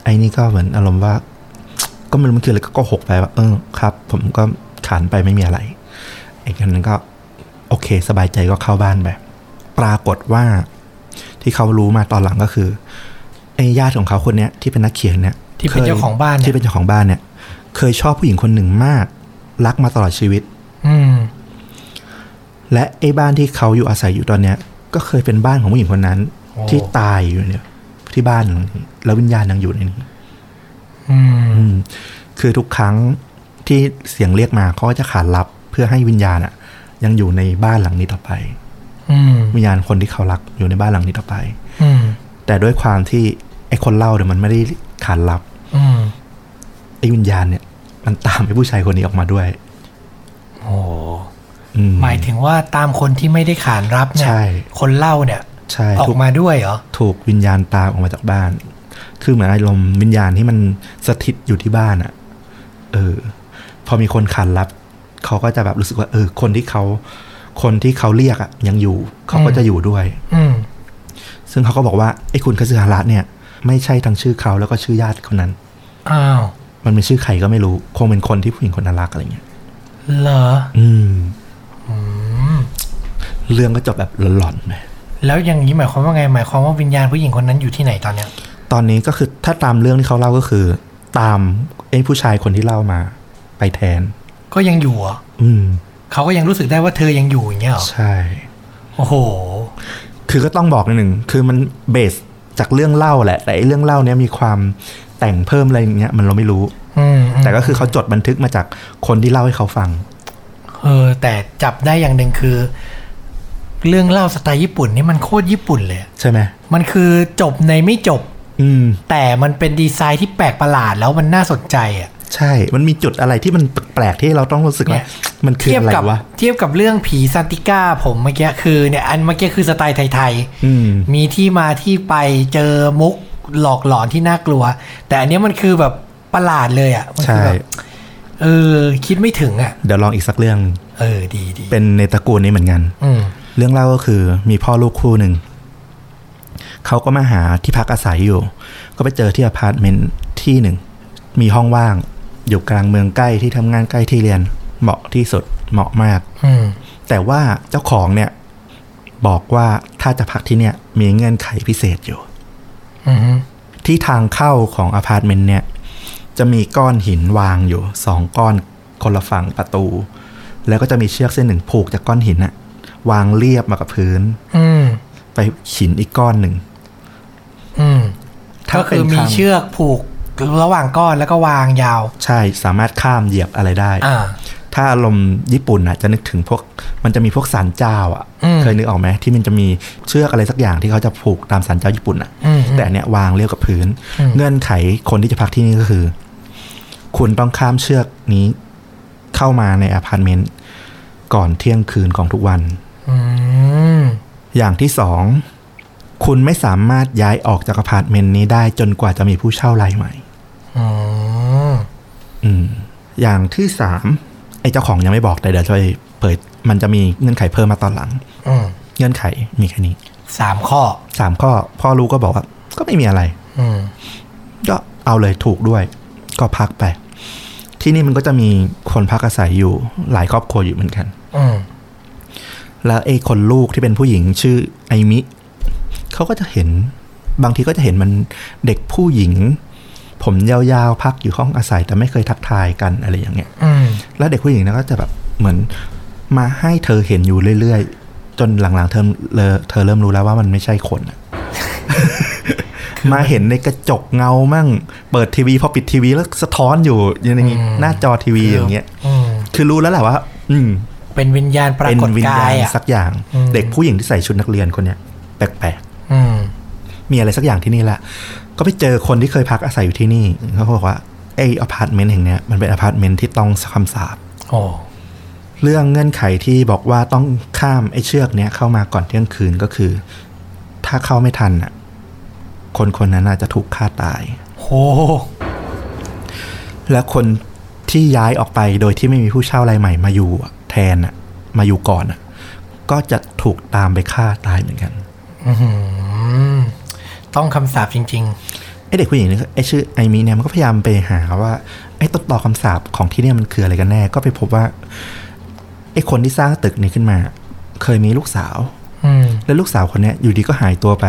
[SPEAKER 2] ไอ้นี่ก็เหมือนอารมณ์ว่า ก็ไม่รู้มันคืออะไรก็โกหกไปว่า เออครับ ผมก็ขานไปไม่มีอะไร ไอ้คนนั้นก็ โอเค สบายใจก็เข้าบ้านไป ปรากฏว่าที่เขารู้มาตอนหลังก็คือไอ้ญาติของเขาคนเนี้ยที่เป็นนักเขียนเนี่ย
[SPEAKER 1] ที่เป็น
[SPEAKER 2] คย
[SPEAKER 1] เจ้าของบ้านเนี่
[SPEAKER 2] ที่
[SPEAKER 1] ย
[SPEAKER 2] เป็นเจ้าของบ้านเนี่ย เคยชอบผู้หญิงคนหนึ่งมาก รักมาตลอดชีวิต
[SPEAKER 1] อืม
[SPEAKER 2] และไอ้บ้านที่เขาอยู่อาศัยอยู่ตอนเนี้ย ก็เคยเป็นบ้านของผู้หญิงคนนั้น
[SPEAKER 1] โอ้
[SPEAKER 2] ที่ตายอยู่เนี่ย ที่บ้านหลังนี้แล้ววิญญาณยังอยู่ในนี้
[SPEAKER 1] อืม
[SPEAKER 2] อืมคือทุกครั้งที่เสียงเรียกมาเขาก็จะขานรับเพื่อให้วิญญาณอะยังอยู่ในบ้านหลังนี้ต่อไป
[SPEAKER 1] อืม
[SPEAKER 2] วิญญาณคนที่เขารักอยู่ในบ้านหลังนี้ต่อไป
[SPEAKER 1] อืม
[SPEAKER 2] แต่ด้วยความที่ไอ้คนเล่าเนี่ยมันไม่ได้ขานรับ
[SPEAKER 1] อืม
[SPEAKER 2] ไอ้วิญญาณเนี่ย มันตามไอ้ผู้ชายคนนี้ออกมาด้วย
[SPEAKER 1] โอ้
[SPEAKER 2] อืม
[SPEAKER 1] หมายถึงว่าตามคนที่ไม่ได้ขานรับเนี่ย
[SPEAKER 2] ใช่
[SPEAKER 1] คนเล่าเนี่ย
[SPEAKER 2] ใช่
[SPEAKER 1] ออ
[SPEAKER 2] ถู
[SPEAKER 1] ก
[SPEAKER 2] ก
[SPEAKER 1] มาด้วยเหรอ
[SPEAKER 2] ถูกวิญญาณตามออกมาจากบ้าน คือเหมือนอารมณ์วิญญาณที่มันสถิตอยู่ที่บ้านอะเออ พอมีคนขานรับเขาก็จะแบบรู้สึกว่า เออ คนที่เขาคนที่เขาเรียกอะยังอยู่เขาก็จะอยู่ด้วย
[SPEAKER 1] อืม
[SPEAKER 2] ซึ่งเขาก็บอกว่าไอ้คุณคาสึฮาระเนี่ย ไม่ใช่ทั้งชื่อเขาแล้วก็ชื่อญาติคนนั้น
[SPEAKER 1] อ้าว
[SPEAKER 2] มันเป็นชื่อใครก็ไม่รู้ คงเป็นคนที่ผู้หญิงคนนั้นรักอะไรเงี้ย
[SPEAKER 1] เหรอ
[SPEAKER 2] อืม
[SPEAKER 1] อืม
[SPEAKER 2] เรื่องก็จบแบบหลอนๆไหม
[SPEAKER 1] แล้วอย่างนี้หมายความว่าไง หมายความว่าวิญญาณผู้หญิงคนนั้นอยู่ที่ไหนตอนเนี้ย
[SPEAKER 2] ตอนนี้ก็คือถ้าตามเรื่องที่เขาเล่าก็คือ ตามไอ้ผู้ชายคนที่เล่ามา ไปแทน
[SPEAKER 1] ก็ยังอยู่เหรอ
[SPEAKER 2] อืม
[SPEAKER 1] เขาก็ยังรู้สึกได้ว่าเธอยังอยู่อย่างเงี้ยเหรอ
[SPEAKER 2] ใช่
[SPEAKER 1] โอ้โห
[SPEAKER 2] คือก็ต้องบอกนิดหนึ่ง คือมันเบสจากเรื่องเล่าแหละ แต่ไอ้เรื่องเล่าเนี้ยมีความแต่งเพิ่มอะไรอย่างเงี้ย มันเราไม่รู้
[SPEAKER 1] อืมอืม
[SPEAKER 2] แต่ก็คือเขาจดบันทึกมาจากคนที่เล่าให้เขาฟัง
[SPEAKER 1] เออ แต่จับได้อย่างหนึ่งคือ เรื่องเล่าสไตล์ญี่ปุ่นนี่มันโคตรญี่ปุ่นเลยอะ
[SPEAKER 2] ใช่ไหม
[SPEAKER 1] มันคือจบในไม่จบ
[SPEAKER 2] อืม
[SPEAKER 1] แต่มันเป็นดีไซน์ที่แปลกประหลาดแล้วมันน่าสนใจอ่ะ
[SPEAKER 2] ใช่ มันมีจุดอะไรที่มันแปลกๆที่เราต้องรู้สึก
[SPEAKER 1] เนี่
[SPEAKER 2] ว่าย มันคือ
[SPEAKER 1] เทีบ
[SPEAKER 2] อะไร
[SPEAKER 1] กั
[SPEAKER 2] วะ
[SPEAKER 1] เทียบกับเรื่องผีซันติก้าผมเมื่อกี้คือเนี่ยอันเมื่อกี้คือสไตล์ไทยๆ
[SPEAKER 2] อืม
[SPEAKER 1] มีที่มาที่ไปเจอมุกหลอกหลอนที่น่ากลัว แต่อันเนี้ยมันคือแบบประหลาดเลยอะ่ะมัน
[SPEAKER 2] ใช่
[SPEAKER 1] คือแบบเออ คิดไม่ถึงอะ่ะ
[SPEAKER 2] เดี๋ยวลองอีกสักเรื่อง
[SPEAKER 1] เออดีดี
[SPEAKER 2] เป็นในตระกูลนี้เหมือนกัน
[SPEAKER 1] อืม
[SPEAKER 2] เรื่องเล่าก็คือมีพ่อลูกคู่หนึ่ง เขาก็มาหาที่พักอาศัยอยู่ ก็ไปเจอที่อพาร์ตเมนต์ที่หนึ่ง มีห้องว่าง อยู่กลางเมืองใกล้ที่ทำงานใกล้ที่เรียน เหมาะที่สุดเหมาะมาก
[SPEAKER 1] อืม
[SPEAKER 2] แต่ว่าเจ้าของเนี่ย บอกว่าถ้าจะพักที่เนี่ยมีเงื่อนไขพิเศษอยู่
[SPEAKER 1] อืม
[SPEAKER 2] ที่ทางเข้าของอพาร์ตเมนต์เนี่ย จะมีก้อนหินวางอยู่สองก้อนคนละฝั่งประตู แล้วก็จะมีเชือกเส้นหนึ่งผูกจากก้อนหินน่ะ วางเรียบมากับพื้น
[SPEAKER 1] อืม
[SPEAKER 2] ไปหินอีกก้อนหนึ่ง
[SPEAKER 1] อืม
[SPEAKER 2] ถ้า
[SPEAKER 1] ก็คือ
[SPEAKER 2] เป็น
[SPEAKER 1] มี
[SPEAKER 2] ทาง
[SPEAKER 1] เชือกผูกระหว่างก้อนแล้วก็วางยาว
[SPEAKER 2] ใช่สามารถข้ามเหยียบอะไรได้
[SPEAKER 1] อ่า
[SPEAKER 2] ถ้าอารมณ์ญี่ปุ่นอ่ะจะนึกถึงพวกมันจะมีพวกสารเจ้าอ่ะ
[SPEAKER 1] อืม
[SPEAKER 2] เคยนึกออกไหมที่มันจะมีเชือกอะไรสักอย่างที่เขาจะผูกตามสารเจ้าญี่ปุ่นอ่ะ
[SPEAKER 1] อืม
[SPEAKER 2] แต่อันเนี้ยวางเรียบกับพื้น
[SPEAKER 1] อืม
[SPEAKER 2] เงื่อนไขคนที่จะพักที่นี่ก็คือ คุณต้องข้ามเชือกนี้เข้ามาในอพาร์ตเมนต์ก่อนเที่ยงคืนของทุกวัน
[SPEAKER 1] อืม
[SPEAKER 2] อย่างที่สองคุณไม่สามารถย้ายออกจากอพาร์ตเมนต์นี้ได้จนกว่าจะมีผู้เช่ารายใหม่
[SPEAKER 1] อืม
[SPEAKER 2] อืม อย่างที่สามไอ้เจ้าของยังไม่บอกแต่เดี๋ยวจะไปเผยมันจะมีเงื่อนไขเพิ่มมาตอนหลัง
[SPEAKER 1] อืม
[SPEAKER 2] เงื่อนไขมีแค่นี้
[SPEAKER 1] สามข้อ
[SPEAKER 2] สามข้อพ่อรู้ก็บอกว่า ก็ไม่มีอะไร
[SPEAKER 1] อืม
[SPEAKER 2] ก็เอาเลยถูกด้วย ก็พักไป ที่นี่มันก็จะมีคนพักอาศัยอยู่หลายครอบครัวอยู่เหมือนกัน
[SPEAKER 1] อืม
[SPEAKER 2] แล้วไอ้คนลูกที่เป็นผู้หญิงชื่อไอมิเขาก็จะเห็นบางทีก็จะเห็นมันเด็กผู้หญิง ผมยาวๆ พักอยู่ห้องอาศัย แต่ไม่เคยทักทายกันอะไรอย่างเงี้ย
[SPEAKER 1] อืม
[SPEAKER 2] แล้วเด็กผู้หญิงเนะก็จะแบบเหมือนมาให้เธอเห็นอยู่เรื่อยๆ จนหลังๆเธอเลอเธอเริ่มรู้แล้วว่ามันไม่ใช่คนอะ [LAUGHS] มาเห็นในกระจกเงามั่ง เปิดทีวีพอปิดทีวีแล้วสะท้อนอยู่อย่างนี้หน้าจอทีวีอย่างเงี้ย
[SPEAKER 1] อืม
[SPEAKER 2] คือรู้แล้วแหละว่า อืม
[SPEAKER 1] เป็นวิญญาณปรา
[SPEAKER 2] เป็น
[SPEAKER 1] กฏ
[SPEAKER 2] วิญ
[SPEAKER 1] กา
[SPEAKER 2] ญาณ
[SPEAKER 1] ยอ่ะ
[SPEAKER 2] สักอย่าง
[SPEAKER 1] อืม
[SPEAKER 2] เด็กผู้หญิงที่ใส่ชุดนักเรียนคนเนี้ยแปลก
[SPEAKER 1] อืม
[SPEAKER 2] ๆมีอะไรสักอย่างที่นี่แหละก็ไปเจอคนที่เคยพักอาศัยอยู่ที่นี่เขาก็บอกว่าไออพาร์ตเมนต์แห่งเนี้ยมันเป็นอพาร์ตเมนต์ที่ต้องคำสาป
[SPEAKER 1] โอ้
[SPEAKER 2] เรื่องเงื่อนไขที่บอกว่าต้องข้ามไอ้เชือกเนี้ยเข้ามาก่อนเที่ยงคืนก็คือ ถ้าเข้าไม่ทันอ่ะ คนคนนั้นอาจจะถูกฆ่าตาย
[SPEAKER 1] โห
[SPEAKER 2] และคนที่ย้ายออกไปโดยที่ไม่มีผู้เช่ารายใหม่มาอยู่อะแทนอ่ะ มาอยู่ก่อนอ่ะ ก็จะถูกตามไปฆ่าตายเหมือนกัน
[SPEAKER 1] อื้อหือต้องคำสาปจริง
[SPEAKER 2] ไอเด็กผู้หญิงเนี่ยไอชื่อไอมีเนี่ยมันก็พยายามไปหาว่าไอต้นตอคำสาปของที่เนี่ยมันคืออะไรกันแน่ ก็ไปพบว่าไอคนที่สร้างตึกนี้ขึ้นมา เคยมีลูกสาว
[SPEAKER 1] ๆ อืม
[SPEAKER 2] แล้วลูกสาวคนเนี้ยอยู่ดีก็หายตัวไป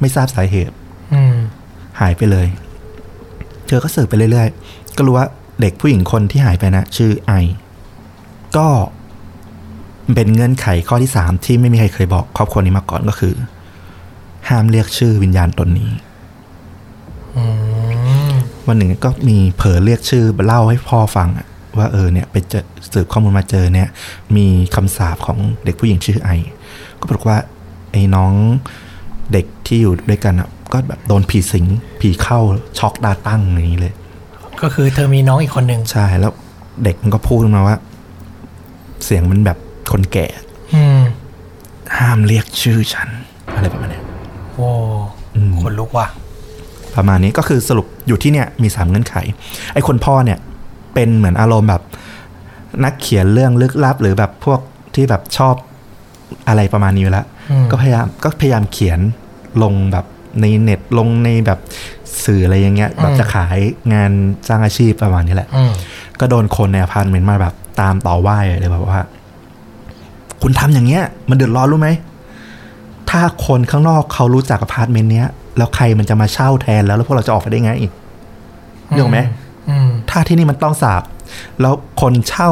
[SPEAKER 2] ไม่ทราบสาเหตุ
[SPEAKER 1] อืม
[SPEAKER 2] หายไปเลย เธอก็สืบไปเรื่อยๆ ก็รู้ว่า เด็กผู้หญิงคนที่หายไปนะ ชื่อไอ ก็เป็นเงื่อนไขข้อที่สามที่ไม่มีใครเคยบอกครอบครัวนี้มาก่อนก็คือ ห้ามเรียกชื่อวิญญาณตนนี้ วันหนึ่งก็มีเผลอเรียกชื่อเล่าให้พ่อฟังอะว่าเออเนี่ยไปเจอสืบข้อมูลมาเจอเนี่ย มีคำสาปของเด็กผู้หญิงชื่อไอ ก็ปรากฏว่าไอ้น้องเด็กที่อยู่ด้วยกันอะก็แบบโดนผีสิงผีเข้าช็อกตาตั้งอย่างนี้เลย
[SPEAKER 1] ก็คือเธอมีน้องอีกคนหนึ่ง
[SPEAKER 2] ใช่แล้วเด็กมันก็พูดมาว่า เสียงมันแบบคนแก่
[SPEAKER 1] อืม
[SPEAKER 2] ห้ามเรียกชื่อฉัน อะไรประมาณเนี้ย
[SPEAKER 1] โอ้
[SPEAKER 2] อืม
[SPEAKER 1] คนลุกว่ะ
[SPEAKER 2] ประมาณนี้ก็คือสรุปอยู่ที่เนี่ยมีสามเงื่อนไข ไอ้คนพ่อเนี่ย เป็นเหมือนอารมณ์แบบ นักเขียนเรื่องลึกลับ หรือแบบพวกที่แบบชอบอะไรประมาณนี้อยู่แล้ว
[SPEAKER 1] อืม
[SPEAKER 2] ก็พยายามก็พยายามเขียนลงแบบในเน็ตลงในแบบสื่ออะไรอย่างเงี้ยแบบจะขายงานสร้างอาชีพประมาณนี้แหละ
[SPEAKER 1] อืม
[SPEAKER 2] ก็โดนคนในอพาร์ตเมนต์มาแบบตามต่อว่าเลยแบบว่า คุณทำอย่างเงี้ย มันเดือดร้อนรู้ไหม ถ้าคนข้างนอกเขารู้จักอพาร์ตเมนต์เนี้ย แล้วใครมันจะมาเช่าแทนแล้วแล้วพวกเราจะออกไปได้ไงอีกเรื่องไหม
[SPEAKER 1] อืม
[SPEAKER 2] ถ้าที่นี่มันต้องสาบ แล้วคนเช่า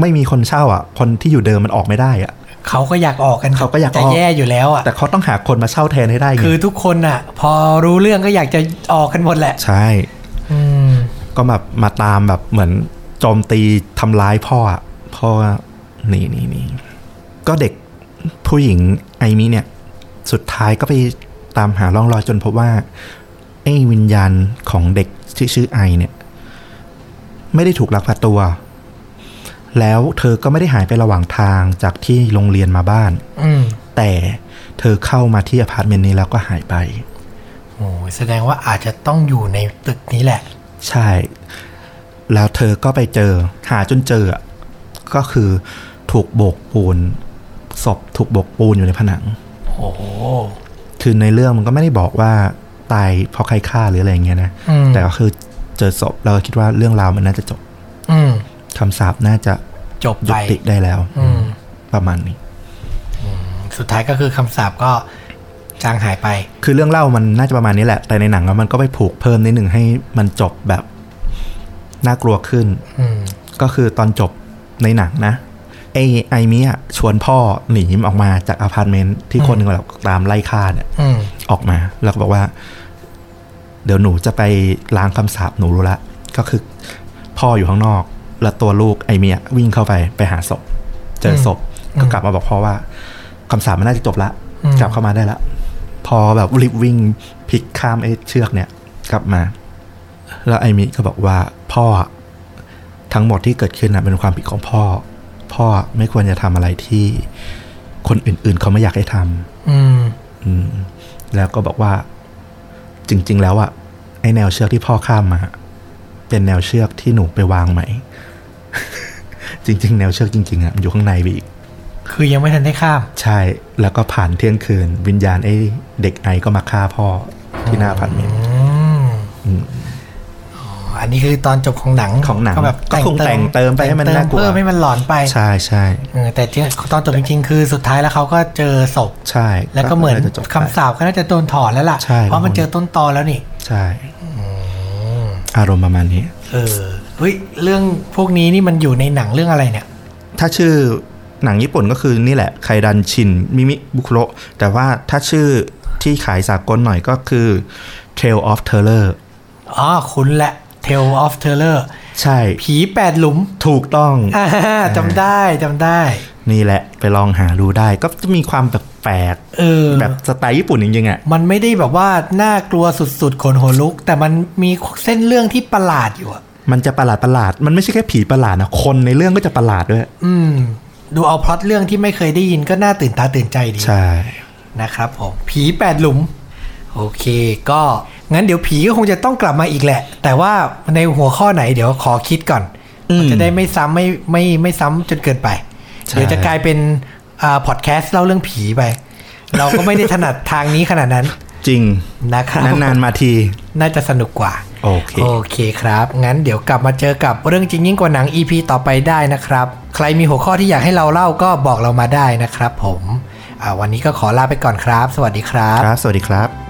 [SPEAKER 2] ไม่มีคนเช่าอ่ะ คนที่อยู่เดิมมันออกไม่ได้อ่ะ
[SPEAKER 1] เขาก็อยากออกกัน
[SPEAKER 2] เขาก็อยากออก
[SPEAKER 1] จะแย่อยู่แล้วอ่ะ
[SPEAKER 2] แต่เขาต้องหาคนมาเช่าแทนให้ได้ไง
[SPEAKER 1] คือทุกคนอ่ะ พอรู้เรื่องก็อยากจะออกกันหมดแหละ
[SPEAKER 2] ใช่
[SPEAKER 1] อืม
[SPEAKER 2] ก็แบบมาตามแบบเหมือนโจมตีทำร้ายพ่ออะพ่อก็หนีหนีหนีก็เด็กผู้หญิงไอมิเนี่ย สุดท้ายก็ไปตามหาร่องรอยจนพบว่าไอ้วิญญาณของเด็กที่ชื่อไอเนี่ย ไม่ได้ถูกลักพาตัว แล้วเธอก็ไม่ได้หายไประหว่างทางจากที่โรงเรียนมาบ้าน
[SPEAKER 1] อืม
[SPEAKER 2] แต่เธอเข้ามาที่อพาร์ตเมนต์นี้แล้วก็หายไป
[SPEAKER 1] โอ้ยแสดงว่าอาจจะต้องอยู่ในตึกนี้แหละ
[SPEAKER 2] ใช่ แล้วเธอก็ไปเจอ หาจนเจออะก็คือถูกโบกปูนศพถูกโบกปูนอยู่ในผนัง
[SPEAKER 1] โอ้โห
[SPEAKER 2] คือในเรื่องมันก็ไม่ได้บอกว่าตายเพราะใครฆ่าหรืออะไรอย่างเงี้ยนะ
[SPEAKER 1] อืม
[SPEAKER 2] แต่ก็คือเจอศพเราก็คิดว่าเรื่องราวมันน่าจะจบ
[SPEAKER 1] อืม
[SPEAKER 2] คำสาปน่าจะ
[SPEAKER 1] จบ
[SPEAKER 2] ยุ
[SPEAKER 1] ไป
[SPEAKER 2] ติได้แล้ว
[SPEAKER 1] อืม
[SPEAKER 2] ประมาณนี้
[SPEAKER 1] สุดท้ายก็คือคำสาปก็จางหายไป
[SPEAKER 2] คือเรื่องเล่ามันน่าจะประมาณนี้แหละ แต่ในหนังอะมันก็ไปผูกเพิ่มนิดหนึ่งให้มันจบแบบน่ากลัวขึ้น
[SPEAKER 1] อืม
[SPEAKER 2] ก็คือตอนจบในหนังนะไอไอมิอะชวนพ่อหนีออกมาจากอพาร์ตเมนต์ที่คนหนึ่งแบบตามไล่ฆ่าเนี่ย
[SPEAKER 1] อืม
[SPEAKER 2] ออกมา แล้วก็บอกว่า เดี๋ยวหนูจะไปล้างคำสาปหนูรู้ละ ก็คือพ่ออยู่ข้างนอก แล้วตัวลูกไอมิอะวิ่งเข้าไปไปหาศพ เจอศพ ก็กลับมาบอกพ่อว่าคำสาปมันน่าจะจบละ
[SPEAKER 1] อืม
[SPEAKER 2] กลับเข้ามาได้ละพอแบบรีบวิ่งพลิกข้ามไอ้เชือกเนี่ย กลับมา แล้วไอมิก็บอกว่าพ่อ ทั้งหมดที่เกิดขึ้นนะเป็นความผิดของพ่อ พ่อไม่ควรจะทำอะไรที่คนอื่น ๆ เขาไม่อยากให้ทำ
[SPEAKER 1] อืม
[SPEAKER 2] อืม แล้วก็บอกว่า จริง ๆ แล้วอะไอแนวเชือกที่พ่อข้ามมา เป็นแนวเชือกที่ห [LAUGHS] นูไปวางไหม จริง ๆ แนวเชือกจริง ๆอะมันอยู่ข้างในไปอีก
[SPEAKER 1] คือยังไม่ทันได้ข้าม
[SPEAKER 2] ใช่ แล้วก็ผ่านเที่ยงคืน วิญญาณไอ้เด็กไอก็มาฆ่าพ่อที่หน้าอพันเมนต์
[SPEAKER 1] อืมอ๋ออันนี้คือตอนจบของหนัง
[SPEAKER 2] ของหนัง
[SPEAKER 1] ก็แบบ
[SPEAKER 2] ก็คงแต่งเติมไปให้มัน
[SPEAKER 1] แต่ง
[SPEAKER 2] น่ากลัว
[SPEAKER 1] เพิ่มให้มันหลอนไป
[SPEAKER 2] ใช่ใช่
[SPEAKER 1] เออแต่ที่ตอนจบจริงๆคือสุดท้ายแล้วเขาก็เจอศพ
[SPEAKER 2] ใช่
[SPEAKER 1] แล้วก็เหมือน
[SPEAKER 2] จะจบไป
[SPEAKER 1] คำสาปก็น่าจะโดนถอนแล้วล่ะ
[SPEAKER 2] ใช่
[SPEAKER 1] เพราะมันเจอต้นตอแล้วนี่
[SPEAKER 2] ใช่อารมณ์ประมาณนี้
[SPEAKER 1] เออ เฮ้ย เรื่องพวกนี้นี่มันอยู่ในหนังเรื่องอะไรเนี่ย
[SPEAKER 2] ถ้าชื่อหนังญี่ปุ่นก็คือนี่แหละ ไคดันชิน มิมิบุคุโรแต่ว่าถ้าชื่อที่ขายสากลหน่อยก็คือ Trail of Terror
[SPEAKER 1] อ๋อ คุณแหละ Tale of Terror
[SPEAKER 2] ใช่
[SPEAKER 1] ผีแปดหลุม [LAUGHS]
[SPEAKER 2] ถูกต้อง
[SPEAKER 1] อ่าจำได้จำได้
[SPEAKER 2] นี่แหละไปลองหาดูได้ ก็จะมีความแปลก
[SPEAKER 1] เออ
[SPEAKER 2] ๆแบบสไตล์ญี่ปุ่นจริงๆอ่ะ
[SPEAKER 1] มันไม่ได้แบบว่าน่ากลัวสุดๆขนหัวลุก แต่มันมีเส้นเรื่องที่ประหลาดอยู่อะ
[SPEAKER 2] มันจะประหลาดประหลาด มันไม่ใช่แค่ผีประหลาดนะ คนในเรื่องก็จะประหลาดด้วย
[SPEAKER 1] อืม ดูเอาพล็อตเรื่องที่ไม่เคยได้ยินก็น่าตื่นตาตื่นใจดี
[SPEAKER 2] ใช่
[SPEAKER 1] นะครับผม ผีแปดหลุม โอเค ก็งั้นเดี๋ยวผีก็คงจะต้องกลับมาอีกแหละ แต่ว่าในหัวข้อไหนเดี๋ยวขอคิดก่อน
[SPEAKER 2] อืม
[SPEAKER 1] มันจะได้ไม่ซ้ำไม่ไม่ไม่ซ้ำจนเกินไป
[SPEAKER 2] ใช่
[SPEAKER 1] เดี๋ยวจะกลายเป็นอ่าพอดแคสต์เล่าเรื่องผีไป เราก็ไม่ได้ถนัดทางนี้ขนาดนั้น
[SPEAKER 2] จริง
[SPEAKER 1] นะครับ
[SPEAKER 2] นานๆมาที
[SPEAKER 1] น่าจะสนุกกว่า
[SPEAKER 2] โอเค
[SPEAKER 1] โอเคครับ งั้นเดี๋ยวกลับมาเจอกับเรื่องจริงยิ่งกว่าหนัง EP ต่อไปได้นะครับ ใครมีหัวข้อที่อยากให้เราเล่าก็บอกเรามาได้นะครับผมอ่าวันนี้ก็ขอลาไปก่อนครับ สวัสดีครับ
[SPEAKER 2] ครับ สวัสดีครับ